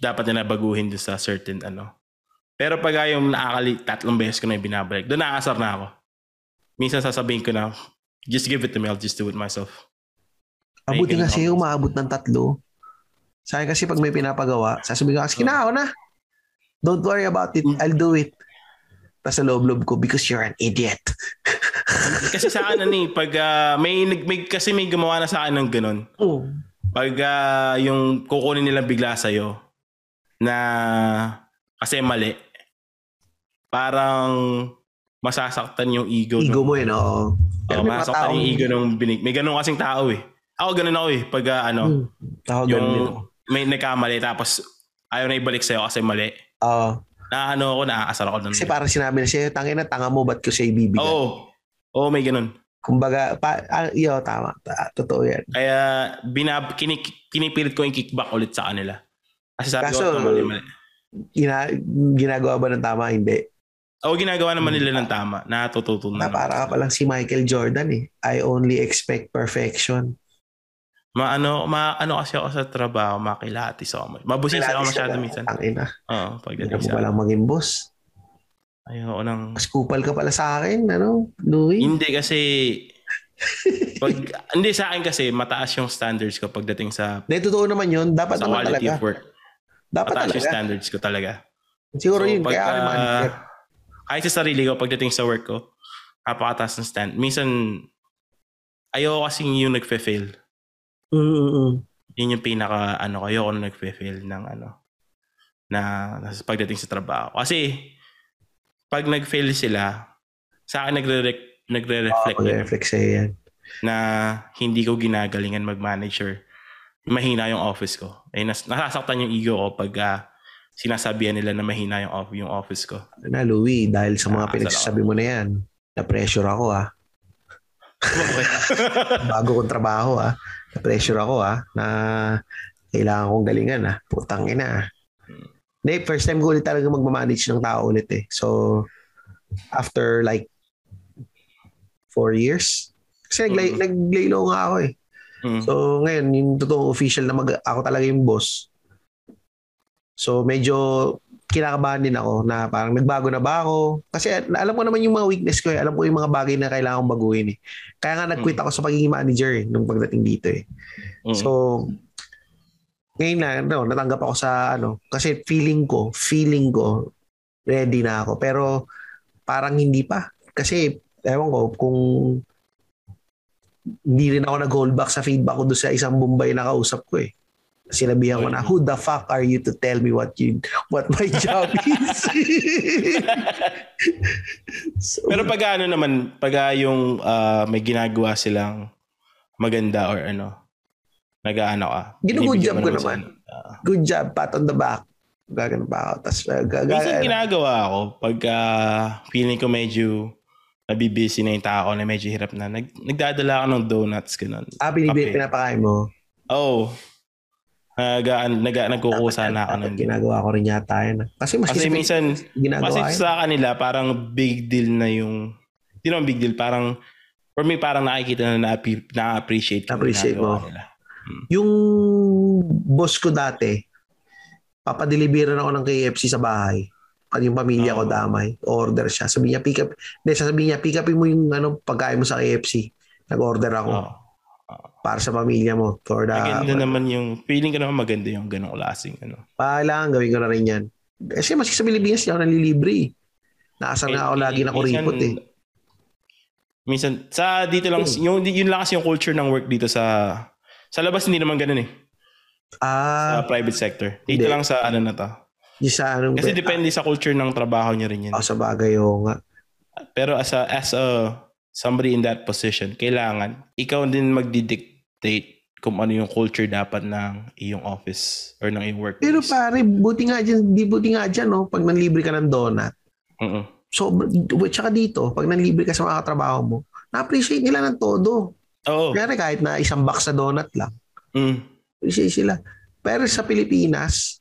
dapat na nabaguhin dun sa certain ano. Pero pag yung nakakali, tatlong beses ko na yung binabalik, doon nakaasar na ako. Minsan sasabihin ko na, just give it to me, I'll just do it myself. Making Abuti kasi comments. umaabot ng tatlo. Sa akin kasi pag may pinapagawa, sasabihin ko, "Ah, sige Oh. na, ako na. Don't worry about it. I'll do it. Tapos sa loob-loob ko, because you're an idiot. Kasi sa akin, ano eh, pag ah, may, nag- may, kasi may gumawa na sa akin ng ganun. Oh. Pag ah, yung kukunin nila bigla sa'yo na kasi mali, parang masasaktan yung ego. Ego ng- mo yun, oo. Oo, masasaktan Oh, yung ego ng binig. May ganun kasing tao eh. Ako ganun ako eh. Pag ah, ano, Hmm. Tao yung ganun yun. Oo. may nagkamali tapos ayaw na ibalik sa'yo kasi mali. Na ano ako, naaasar ako nun. kasi parang sinabi na siya, tangin na, tanga mo, ba't ko siya ibibigay? Oo. Oo, may ganun. Kumbaga, pa, ah, yo, tama. Ta- totoo yan. Kaya binab, kinik, kinipilit ko yung kickback ulit sa kanila. Kasi sabi Kaso, ko, tama mali, mali. Gina, ginagawa ba ng tama? Hindi. Oo, ginagawa naman nila ng tama. Natututunan. Na, para ka palang si Michael Jordan eh. I only expect perfection. Ma ano, ma ano kasi ako sa trabaho, makilatis ako. ma- Mabusis ako masyado minsan. Mm. Ang ina. Oo, Hindi pagdating mo sa palang maging boss. ayoko nang Mas kupal ka pala sa akin, ano, Louie? hindi kasi pag hindi sa akin kasi mataas yung standards ko pagdating sa Hindi, totoo naman yun. Dapat sa naman quality talaga. of work. Dapat Mataas yung talaga. standards ko talaga. Siguro yun. pagka- Kaya ano, eh. ako naman. kahit sa sarili ko pagdating sa work ko, napakataas ng stand. Minsan ayoko kasing yung nagfe-fail. Mm-mm. yun yung pinaka ano kayo kung nagfe-fail ng ano na nasa pagdating sa trabaho. Kasi pag nag-fail sila, sa akin nagre- nagre-reflect Pag yun reflex Oh, sa'yo yan. na hindi ko ginagalingan mag-manager. Mahina yung office ko. Eh, nas- nasasaktan yung ego ko pag ah, sinasabihan nila na mahina yung, off- yung office ko. Ano Na, Louie, dahil sa mga Ah, pinagsasabi mo na yan, na-pressure ako ah. Bago kong trabaho ah. Na-pressure ako ah. Na kailangan kong galingan ah. Putang ina ah. Hindi, first time ko ulit talaga magmamanage ng tao ulit eh. So, after like four years, kasi naglay, Mm. naglay low nga ako eh. Mm. So ngayon, yung totoong official na mag, ako talaga yung boss. So medyo kinakabahan din ako na parang nagbago na ba ako? Kasi al- alam ko naman yung mga weakness ko eh. Alam ko yung mga bagay na kailangan kong baguhin eh. Kaya nga nag-quit ako sa pagiging manager eh, nung pagdating dito eh. Mm. So ngayon na, no, natanggap ako sa ano. Kasi feeling ko, feeling ko, ready na ako. Pero parang hindi pa. Kasi ewan ko kung hindi rin ako nag-hold back sa feedback ko doon sa isang Bombay na kausap ko eh. Sinabihan ko na, who the fuck are you to tell me what you what my job is? so, Pero pag ano naman, pag ah, yung ah, may ginagawa silang maganda or ano, nag-aano ka. Ginugood binibigyan job mo ko sa naman. ano. Ah. good job, pat on the back. Gagan pa ako. Tapos, uh, minsan gagan. ginagawa ako pag ah, feeling ko medyo nabibusy na yung tao na medyo hirap na. Nag, nagdadala ako ng donuts, ganun. Ah, binibig, Kape. pinapakain mo. Oh, nag, nag, nagkukusa na ako Dapat ng ginagawa ko rin yata yun. ah. Kasi mas Kasi minsan, kasi ginagawa yun. sa kanila, parang big deal na yung, hindi naman big deal, parang, for me, parang nakikita na na-appi- na-appreciate ko yung Appreciate ginagawa mo. nila. Yung boss ko dati, papadeliveran ako ng KFC sa bahay. Pag yung pamilya ko Oo. damay, order siya. Sabi niya, pick up. Hindi, sasabihin niya, pick upin mo yung ano, pagkain mo sa KFC. Nag-order ako Oh. para sa pamilya mo. For the, Maganda naman yung, feeling ko naman maganda yung ganong klaseng ano. Kailangan gawin ko na rin yan. Kasi maski sa Pilipinas, hindi ako nanlilibre. eh. Naasar nga ako lagi na kuripot eh. Minsan, sa dito lang, Hmm. yung, yun lang kasi yung culture ng work dito sa, sa labas hindi naman ganun eh, Ah, sa private sector. Dito hindi. lang sa ano na to. di sa anong... Kasi depende sa culture ng trabaho niya rin yun. Ah, sa bagay oo nga. Pero as a, as a somebody in that position, kailangan ikaw din magdi-dictate kung ano yung culture dapat ng iyong office or ng iyong workplace. Pero pare, buti nga dyan, di buti nga dyan, no? Pag nanlibre ka ng donut, Mm-mm. So, tsaka dito, pag nanlibre ka sa mga katrabaho mo, na-appreciate nila ng todo. Oo. Kaya kahit na isang box na donut lang, Mm. appreciate sila. Pero sa Pilipinas,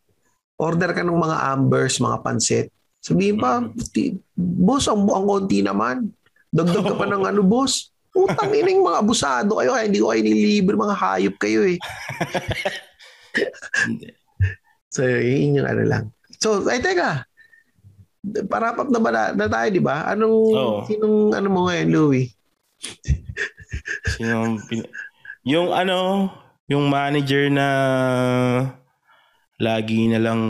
order ka ng mga ambers, mga pansit. Sabihin pa, "Ti- boss, ang, ang konti naman. Dagdag ka pa ng ano, boss. Putang ina yung mga abusado kayo. Kaya hindi ko kayo nilibre. Mga hayop kayo eh. so, yun yung ano lang. So, ay teka. Parapap na ba na, na tayo, di ba? Anong, Oo. sinong ano mo ngayon, Louie? Sino ang pin- yung ano, yung manager na lagi na lang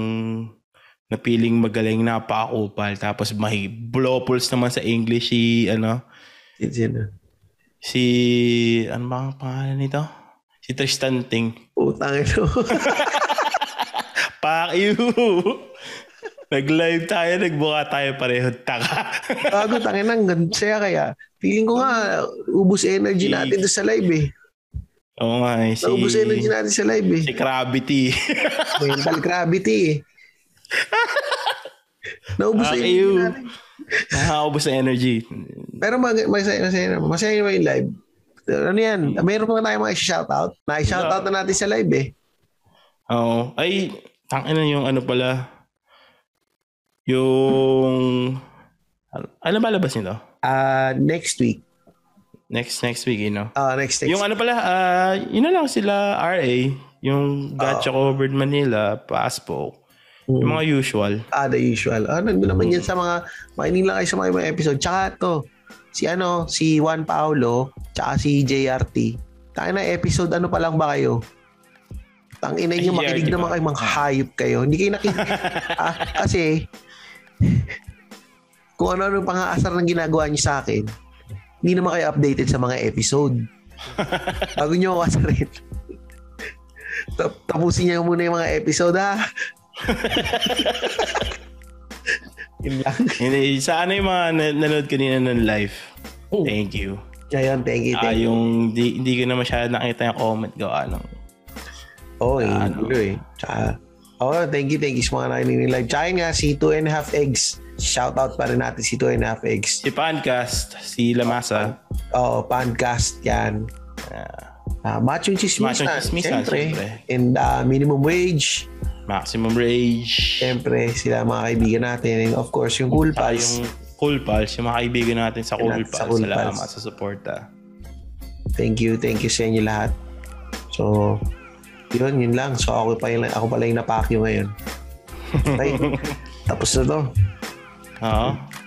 napiling magaling napakupal tapos may blowpulls naman sa English si ano Sino? si ano ba ang pangalan nito? Si Tristan Ting. Putang ina. Fuck you! Nag-live tayo, nagbuka tayo pareho. Taka. Bago, tangin ang gan- saya kaya. Feeling ko nga, ubus energy natin doon sa live eh. Oo nga eh, si, Naubos energy natin sa live eh. si Gravity. Mental gravity eh. Naubos Fuck energy you. natin. Nakakaubos na energy. Pero mag- masaya, masaya naman. Masaya naman yung live. Ano yan? Mayroon pa tayong mga shoutout. Na-shoutout na natin sa live eh. Oo. Ay, tangin na yung ano pala. Yung... Ano ba labas nito? Ah, next week. Next next week, you know? Ah, next next Yung ano pala, ah, yun na lang sila, RA. Yung Gacha Ah. Covered Manila, Paspo. Mm. Yung mga usual. Ah, the usual. Ah, nandun naman yan sa mga, makinig lang kayo sa mga, mga episode. Tsaka to, si ano, si Juan Paolo, tsaka si JRT. Tayo na episode, ano pa lang ba kayo? Tang ina nyo, Ay, makinig JRT naman pa. kayo, mga hayop kayo. Hindi kayo nakikinig. ah, kasi, kung ano-ano pang aasar ng ginagawa nyo sa akin, hindi naman kayo updated sa mga episode. Bago nyo ako asarin. Tap- Tapusin niya muna yung mga episode ha. Yun lang. Hindi, sa ano yung mga na- nanood kanina ng live? Thank you. Ayun, Oh. thank you, Ah, thank you. yung di, hindi ko na masyado nakita yung comment ko. Anong, Oo, oh, eh, ano. ano eh. Tsaka, oh, thank you, thank you sa mga nakinig ng live. Tsaka yun nga, si 2 and a half eggs. Shout out pa rin natin si 2 and a half eggs. si Pancast, si Lamasa, Oh, podcast yan. Ah, machong chismisan, Machong Chismisan, siyempre. siyempre. And ah, minimum wage, Maximum Rage, siyempre, sila mga kaibigan natin. And of course, yung cool Saka pals. yung Cool Pals, yung mga kaibigan natin sa Cool Sa Pals. Cool Salamat Pals. sa suporta. Thank you, thank you sa inyo lahat. So, yun, yun lang. So, ako, pa, yung- ako pala yung napakyo ngayon. Okay. Tapos na to. Oo.